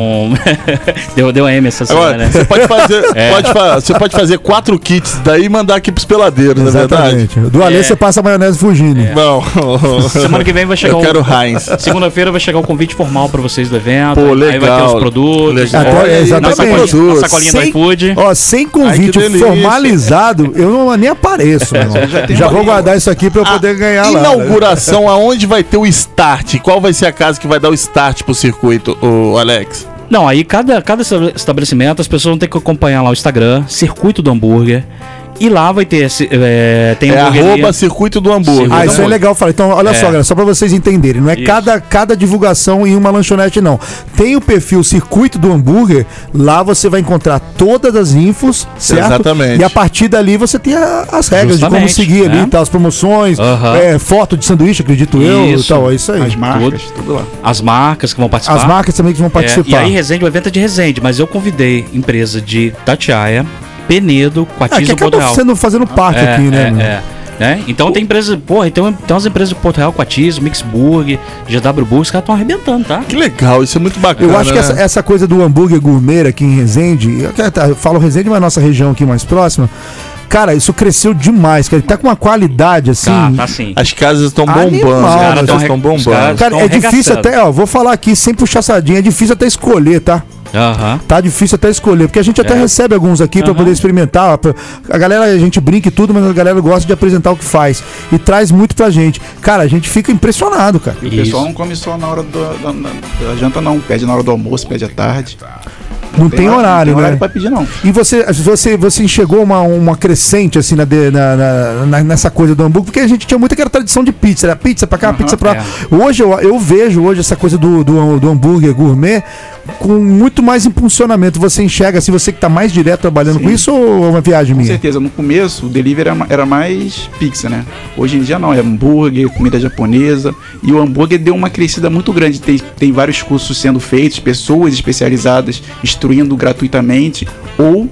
deu, deu M essa semana, Agora, né? você pode fazer, É. pode fa- você pode fazer quatro kits daí e mandar aqui pros peladeiros, na verdade. Exatamente. Do Alê É. você passa a maionese fugindo. Não. Semana que vem vai chegar Eu o- quero Heinz. Segunda-feira vai chegar o convite formal pra vocês do evento. Pô, Aí vai ter legal. os produtos. Legal. né? Até- Na exatamente. sacolinha, na sacolinha do Sem- iFood. Ó, sem convite Ai, que delícia. formalizado, eu não nem apareço, meu irmão. Já Já, tem vou uma- guardar isso aqui pra eu poder ganhar lá. né? Inauguração, aonde vai ter o start? Qual vai ser a casa que vai dar o start pro circuito, o Alex? Não, aí cada, cada esta- estabelecimento as pessoas vão ter que acompanhar lá o Instagram, Circuito do Hambúrguer. E lá vai ter. esse, É, tem é hamburgueria. arroba circuito do hambúrguer. Ah, isso é Hambúrguer. legal falar. Então, olha né, É. só, galera, só pra vocês entenderem. Não é Isso. cada, cada divulgação em uma lanchonete, não. Tem o perfil Circuito do Hambúrguer. Lá você vai encontrar todas as infos, certo? Exatamente. E a partir dali você tem a- as regras de como Justamente, seguir ali, né? tá? As promoções, Aham. é, foto de sanduíche, acredito eu, e Então, Isso. tal. É isso aí. tudo, lá. As marcas que vão participar. As marcas também que vão É, e participar. aí, Resende, o evento é de Resende, mas eu convidei empresa de Tatiaia, Penedo, Ah, Quatiz que e acabou Bodoal. sendo fazendo parte É, aqui, né? é, meu? é, né? Então tem empresas, porra, tem, tem umas empresas de Porto Real, Quatiz, Mixburg, GW Burg, os caras estão arrebentando, tá? Que legal, isso é muito bacana. Eu acho que né? essa, essa coisa do hambúrguer gourmet aqui em Resende, eu, quero- tá, eu falo Resende, mas nossa região aqui mais próxima, cara, isso cresceu demais, cara. Ele tá com uma qualidade assim. Tá, tá sim. As casas estão Animal, bombando. As cara, casas tão estão re- os bombando. caras- Cara, é Estão difícil arregaçando. até, ó, vou falar aqui sem puxar sardinha, é difícil até escolher, tá? Aham. Tá difícil até escolher, porque a gente até É. recebe alguns aqui pra Aham. poder experimentar. ó, pra- A galera, a gente brinca e tudo, mas a galera gosta de apresentar o que faz. E traz muito pra gente. Cara, a gente fica impressionado, cara. E o pessoal não come só na hora do- da, da- da janta, não. Pede na hora do almoço, pede à tarde. Não tem, horário, não tem horário né? pra pedir, não. E você, você, você enxergou uma, uma crescente assim na, de- na- na- na- nessa coisa do hambúrguer, porque a gente tinha muito aquela tradição de pizza, era pizza pra cá, pizza pra. lá. Hoje eu, eu vejo hoje essa coisa do, do, do hambúrguer gourmet com muito mais impulsionamento. Você enxerga, assim, você que tá mais direto trabalhando com isso ou é uma viagem Com minha? certeza, no começo o delivery era ma- era mais pizza, né? Hoje em dia não, é hambúrguer, comida japonesa. E o hambúrguer deu uma crescida muito grande. Tem, tem vários cursos sendo feitos, pessoas especializadas instruindo gratuitamente. Ou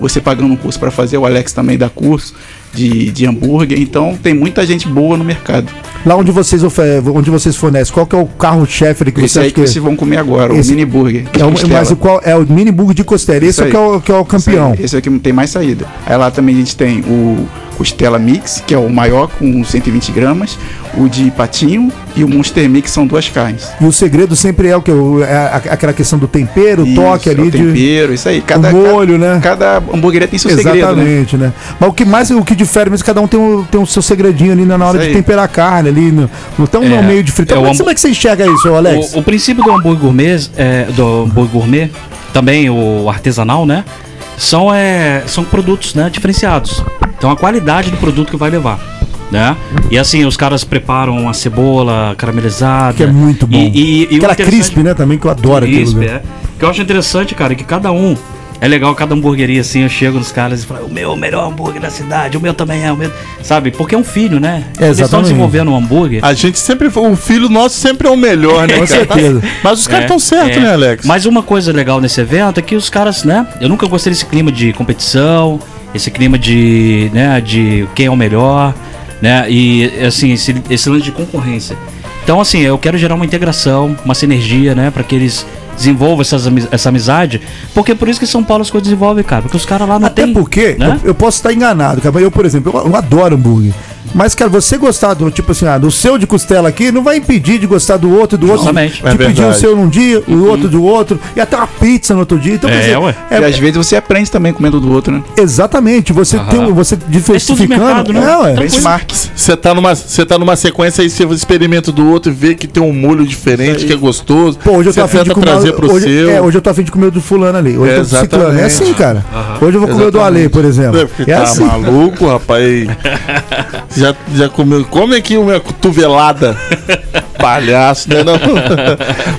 você pagando um curso para fazer, o Alex também dá curso de, de hambúrguer. Então tem muita gente boa no mercado. Lá onde vocês, ofe- onde vocês fornecem, qual que é o carro-chefe ali que Esse você aí acha que vocês vão comer agora, Esse- o mini burger. É o, mas o qual é o mini burger de costela? Esse Isso é o que é o, que é o campeão. Esse aí- Esse aqui não tem mais saída. Aí lá também a gente tem o Costela Mix, que é o maior com 120 gramas, o de patinho e o Monster Mix são duas carnes. E o segredo sempre é o que? É a- aquela questão do tempero, o Isso, toque é ali o de. tempero, isso aí. Cada, o molho, né? cada hamburgueria tem seu é segredo, né? Exatamente, né? Mas o que mais, o que difere mesmo, cada um tem o, tem o seu segredinho ali na na hora Isso de aí. temperar a carne ali, no, no, tão no É, meio de fritar. é o Como, é que- hambú- como é que você enxerga isso, ô Alex? O, o princípio do hambúrguer gourmet, é, do hambúrguer gourmet, também o artesanal, né? São, é, são produtos né, diferenciados. Então a qualidade do produto que vai levar. Né? E assim, os caras preparam a cebola caramelizada. que é muito bom. E, e, e o Aquela interessante- crisp, né, também, que eu adoro aquilo, Crisp, né? é. O que eu acho interessante, cara, é que cada um. É legal cada hamburgueria assim, eu chego nos caras e falo, o meu é o melhor hambúrguer da cidade, o meu também é o meu. Sabe? Porque é um filho, né? Eles estão exatamente. desenvolvendo um hambúrguer. A gente sempre. O filho nosso sempre é o melhor, né? cara? Com certeza. Mas, mas os caras É, estão certos, é. né, Alex? Mas uma coisa legal nesse evento é que os caras, né? Eu nunca gostei desse clima de competição, esse clima de, né, de quem é o melhor, né? E assim, esse, esse lance de concorrência. Então, assim, eu quero gerar uma integração, uma sinergia, né, para que eles desenvolvam essas, ami- essa amizade, porque é por isso que São Paulo as coisas desenvolvem, cara, porque os caras lá não Até tem porque né? eu, eu posso estar enganado, cara. mas Eu, por exemplo, eu, eu adoro hambúrguer. Mas, cara, você gostar do tipo assim, ah, do seu de costela aqui, não vai impedir de gostar do outro, do outro. Justamente. Te É pedir o verdade. seu num dia, Uhum. o outro do outro, e até uma pizza no outro dia. É, Então, quer dizer, e às vezes você aprende também comendo do outro, né? Exatamente, você tem um- você diversificando. né? né? É, ué. Você tá, numa- você tá numa sequência aí, você experimenta do outro e vê que tem um molho diferente, que é gostoso. Pô, hoje eu você tô afim de tenta comer. trazer pro hoje, seu. É, hoje eu tô afim de comer o do fulano ali. Hoje É, eu tô do ciclano. É exatamente. assim, cara. Aham. Hoje eu vou comer o do Exatamente. Ale, por exemplo. É, porque É tá assim. maluco, rapaz. já, já comeu. Come aqui uma cotovelada. Palhaço, né? Não.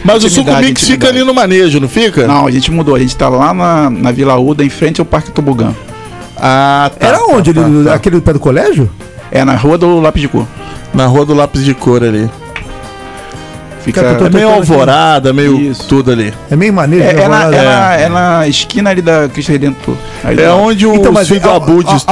Mas o suco Intimidade, mix fica ali no manejo, não fica? Não, a gente mudou. A gente tá lá na, na Vila Uda, em frente ao Parque Tobogã. Ah, tá. Era onde? ele, Aquele pé do colégio? É, na Rua do Lápis de Cor. Na Rua do Lápis de Cor ali. Fica Cara, eu tô- tô- meio alvorada, meio tudo ali. É meio maneiro. É, né, é na, Ronaldo? é na- é na esquina ali da Cristo Redentor. Aí lá. mas é- a-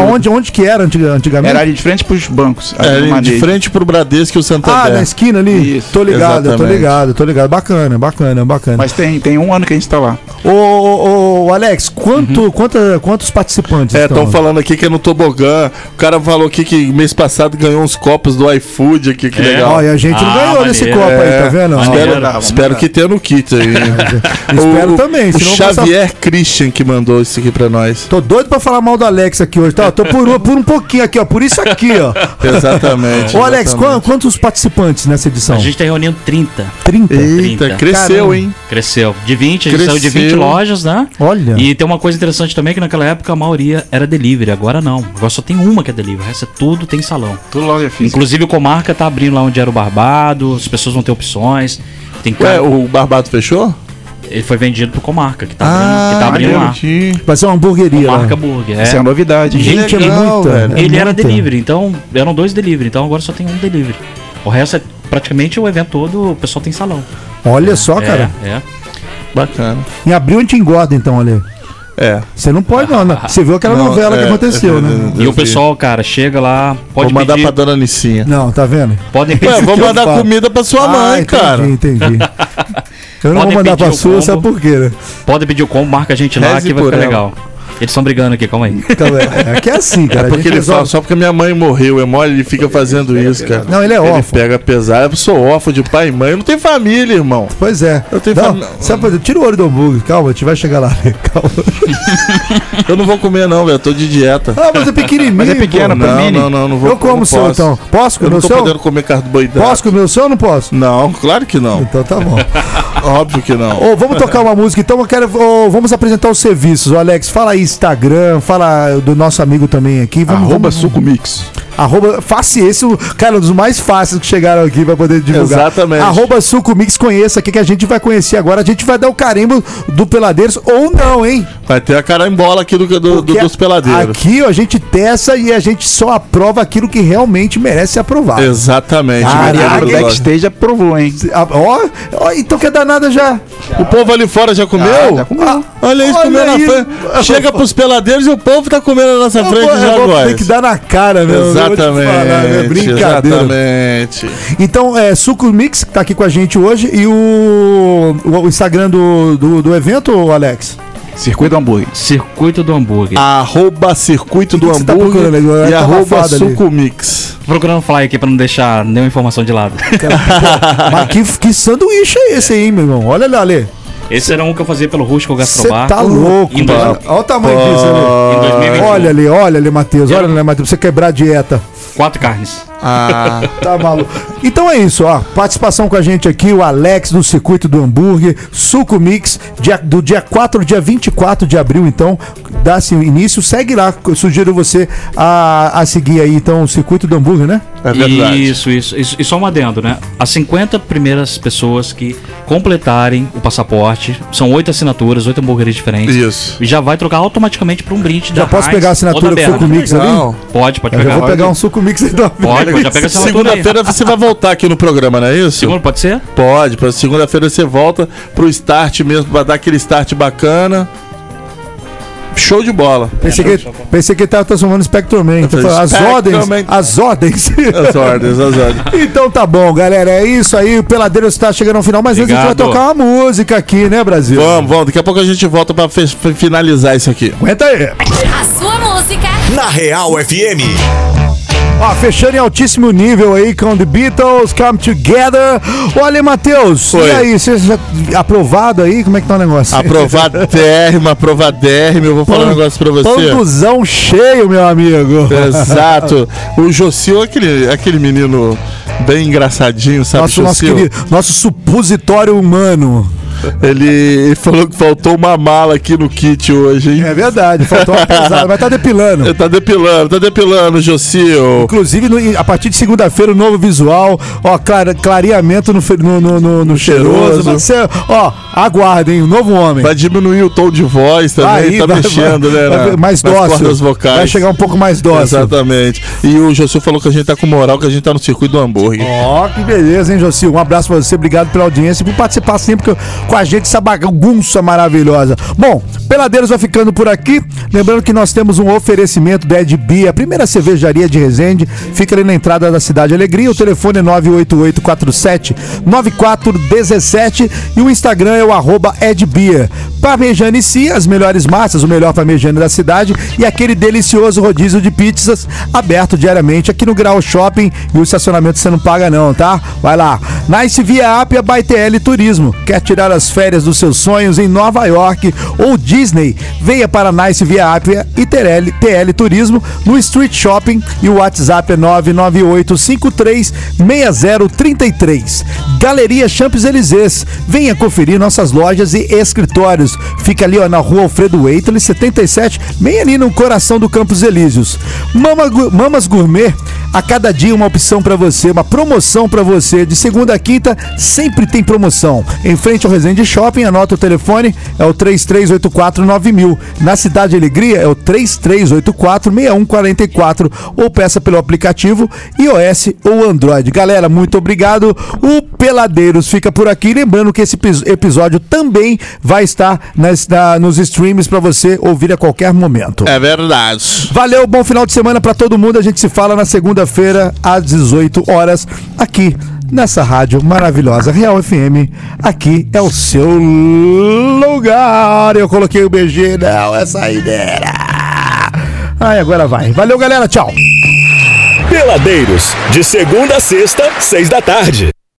aonde, onde que era antiga- antigamente? Era ali de frente pros bancos. ali É, no ali de manejo. frente pro Bradesco e o Santander. Ah, na esquina ali? tô ligado, tô exatamente. ligado, tô ligado. Bacana, bacana, bacana. Mas tem, tem um ano que a gente tá lá. Ô, ô, ô, Alex, quanto, quanta- quantos participantes Uhum. É, estão falando aqui que é no tobogã. O cara falou aqui que mês passado ganhou uns copos do iFood aqui, que É. legal. É, Olha, a gente não Ah, ganhou nesse maneiro. copo aí, tá vendo? Vamos Espero, mandar, vamos espero que tenha no kit aí. Espero o, também, O senão eu vou Xavier Christian que mandou isso aqui pra nós. Tô doido pra falar mal do Alex aqui hoje, tá? Tô por, um- por um pouquinho aqui, ó. Por isso aqui, ó. Exatamente, Ô, Alex, exatamente. quan- quantos participantes nessa edição? A gente tá reunindo 30. 30? Caramba. Cresceu. De 20, a gente Cresceu. saiu de 20 lojas, né? Olha. E tem uma coisa interessante também, que naquela época a maioria era delivery, agora não. Agora só tem uma que é delivery, o resto é tudo tem salão. Tudo loja física. Inclusive o Comarca tá abrindo lá onde era o Barbado, as pessoas vão ter opções. Tem Ué, o Barbado fechou? Ele foi vendido pro Comarca, que tá abrindo, que tá abrindo lá. Vai ser uma hamburgueria. lá. Marca Burger. Isso é uma novidade. Gente, Gente, Ah, é muita, Ele, velho. É era muita. delivery, então eram dois delivery, então agora só tem um delivery. O resto é praticamente o evento todo, o pessoal tem salão. Olha só, É, cara. É. Bacana. Em abril a gente engorda, então, Ale. É. Você não pode, não. né? Você viu aquela Não, novela que é, aconteceu, é, né? E o pessoal, cara, chega lá, pode Vou mandar pedir- pra dona Nicinha. Não, tá vendo? Podem Ué, vou Que eu mandar falo. comida pra sua Ah, mãe, entendi, cara. Entendi. Eu não Podem vou mandar pedir pra o sua, combo. sabe por quê, né? Pode pedir o combo, marca a gente lá Reze que vai por ficar ela. legal. Eles estão brigando aqui, calma aí. Então, é, é que é assim, cara. a É porque gente ele resolve- fala, só porque minha mãe morreu, é mole, ele fica fazendo isso, cara. Não, ele é Ele órfão. pega pesado, eu sou órfão de pai e mãe, eu não tenho família, irmão. Pois é. Eu tenho Não, fam- sabe, por quê? tira o olho do hambúrguer, calma, a gente vai chegar lá. Ale, Calma. Eu não vou comer, não, velho. Eu tô de dieta. Ah, mas é pequenininho. Mas é pequeno, pô. pra Não, mim. não, não, não vou- Eu como não o seu, então. Posso Eu comer não o tô seu? podendo comer carboidrato. Posso comer o seu ou não posso? Não, claro que não. Então tá bom. Óbvio que não. Ô, vamos tocar uma música, então eu quero. ô, vamos apresentar os serviços. Ô, Alex, fala aí Instagram, fala do nosso amigo também aqui. Vamos, Arroba vamos- Suco Mix. Arroba, faça esse, o- cara, um dos mais fáceis que chegaram aqui pra poder divulgar. Exatamente. Arroba Suco Mix, conheça aqui que a gente vai conhecer agora. A gente vai dar o carimbo do Peladeiros ou não, hein? Vai ter a carambola aqui do, do, do, Porque dos peladeiros. é Aqui ó, a gente testa e a gente só aprova aquilo que realmente merece ser aprovado. É, Exatamente. Caraca, verdadeiro hein? negócio. Esteja aprovou, hein? Ah, Ó, ó, então quer danada já. O povo ali fora já comeu? Ah, já comeu. olha isso, Olha comeu na aí. frente. Chega pros peladeiros e o povo tá comendo na nossa Eu frente vou- eu já vou agora. ter que dar na cara, meu. eu vou te falar, Exatamente. né? Brincadeira. Exatamente. Então, é Suco Mix que tá aqui com a gente hoje e o, o Instagram do, do, do evento, Alex? Circuito do Hambúrguer. Circuito do Hambúrguer. Arroba Circuito do que você tá procurando Hambúrguer ali? Ela e tá arroba abafada ali. Sucumix. Tô procurando fly aqui pra não deixar nenhuma informação de lado. Mas que, que sanduíche é esse aí, meu irmão? Olha lá, Lê. Esse era um que eu fazia pelo Rústico Você Gastrobar. tá louco, Em dois- mano. Olha o tamanho Pô. disso, Em 2021. Lê. Olha ali, olha ali, Matheus. Olha ali, Matheus. Pra você quebrar a dieta. Quatro carnes. Ah. Tá maluco. Então é isso, ó. Participação com a gente aqui, o Alex do Circuito do Hambúrguer, Suco Mix, dia- do dia 4 ao dia 24 de abril, então, dá-se início, segue lá. Eu sugiro você a, a seguir aí, então, o Circuito do Hambúrguer, né? É verdade. Isso, isso, isso. E só um adendo, né? As 50 primeiras pessoas que completarem o passaporte, são oito assinaturas, oito hambúrgueres diferentes. Isso. E já vai trocar automaticamente pra um brinde Já da posso Heinz pegar a assinatura ou da com suco Berna. mix ali? Legal. Pode, pode Eu pegar. já vou pegar um Suco Mix aí também. Pode, pode, já pega essa altura aí. Segunda-feira você vai voltar aqui no programa, não é isso? Segunda, pode ser? Pode, pra segunda-feira você volta pro start mesmo, pra dar aquele start bacana. Show de bola. Pensei que, pensei que ele tava transformando em Spectrum Man. Então, falei, as Spectrum ordens, Man. as ordens. As ordens, as ordens. Então tá bom, galera. É isso aí. O Peladeiro está chegando ao final, mas antes a gente vai Obrigado. tocar uma música aqui, né, Brasil? Vamos, vamos. Daqui a pouco a gente volta pra fe- fe- finalizar isso aqui. Aguenta aí. A sua música. Na Real FM. Ó, fechando em altíssimo nível aí com The Beatles, Come Together. Olha, Matheus, e aí, você já aprovado aí? Como é que tá o negócio? Aprovadérrimo, aprovadérrimo. Eu vou falar um negócio pra você. Panduzão cheio, meu amigo. Exato. O Josil, aquele, aquele menino bem engraçadinho, sabe? Nosso, nosso, Josil? querido- nosso supositório humano. Ele falou que faltou uma mala aqui no kit hoje, hein? É verdade, faltou uma pesada, mas tá depilando. Tá depilando, tá depilando, Josil. Inclusive, no- a partir de segunda-feira, o novo visual, ó, clara- clareamento no, fe- no, no, no- no cheiroso. Cheiroso. Mas você, ó, aguardem, o novo homem. Vai diminuir o tom de voz também, Vai, tá vai, mexendo, vai, né? vai, na- mais nas dócil. cordas vocais. Vai chegar um pouco mais dócil. Exatamente. E o Josil falou que a gente tá com moral, que a gente tá no circuito do hambúrguer. Ó, que beleza, hein, Josi? Um abraço pra você, obrigado pela audiência e por participar sempre co- com a gente, essa bagunça maravilhosa. Bom, Peladeiros vai ficando por aqui. Lembrando que nós temos um oferecimento da Ed Bia, a primeira cervejaria de Resende, fica ali na entrada da Cidade Alegria. O telefone é 98847-9417 e o Instagram é o arroba Edbia. Parmejane e si, as melhores massas, o melhor parmejane da cidade e aquele delicioso rodízio de pizzas aberto diariamente aqui no Grau Shopping e o estacionamento você não paga não, tá? Vai lá. Nice Via Appia by TL Turismo. Quer tirar as férias dos seus sonhos em Nova York ou Disney? Venha para Nice Via Appia e TL, TL Turismo no Street Shopping e o WhatsApp é 998536033. Galeria Champs-Élysées. Venha conferir nossas lojas e escritórios. Fica ali ó, na rua Alfredo Eitel 77, bem ali no coração do Campos Elíseos. Mama Gu- Mamas Gourmet, a cada dia uma opção para você, uma promoção para você. De segunda a quinta, sempre tem promoção. Em frente ao Resende Shopping, anota o telefone, é o 33849000. Na Cidade Alegria, é o 33846144 ou peça pelo aplicativo iOS ou Android. Galera, muito obrigado. O Peladeiros fica por aqui. Lembrando que esse epis- episódio também vai estar nas- na- nos streams para você ouvir a qualquer momento. É verdade. Valeu, bom final de semana pra todo mundo. A gente se fala na segunda-feira às 18 horas aqui nessa rádio maravilhosa Real FM. Aqui é o seu lugar. Eu coloquei o BG, não, é saideira. Ai, agora vai. Valeu, galera. Tchau. Peladeiros, de segunda a sexta, seis da tarde.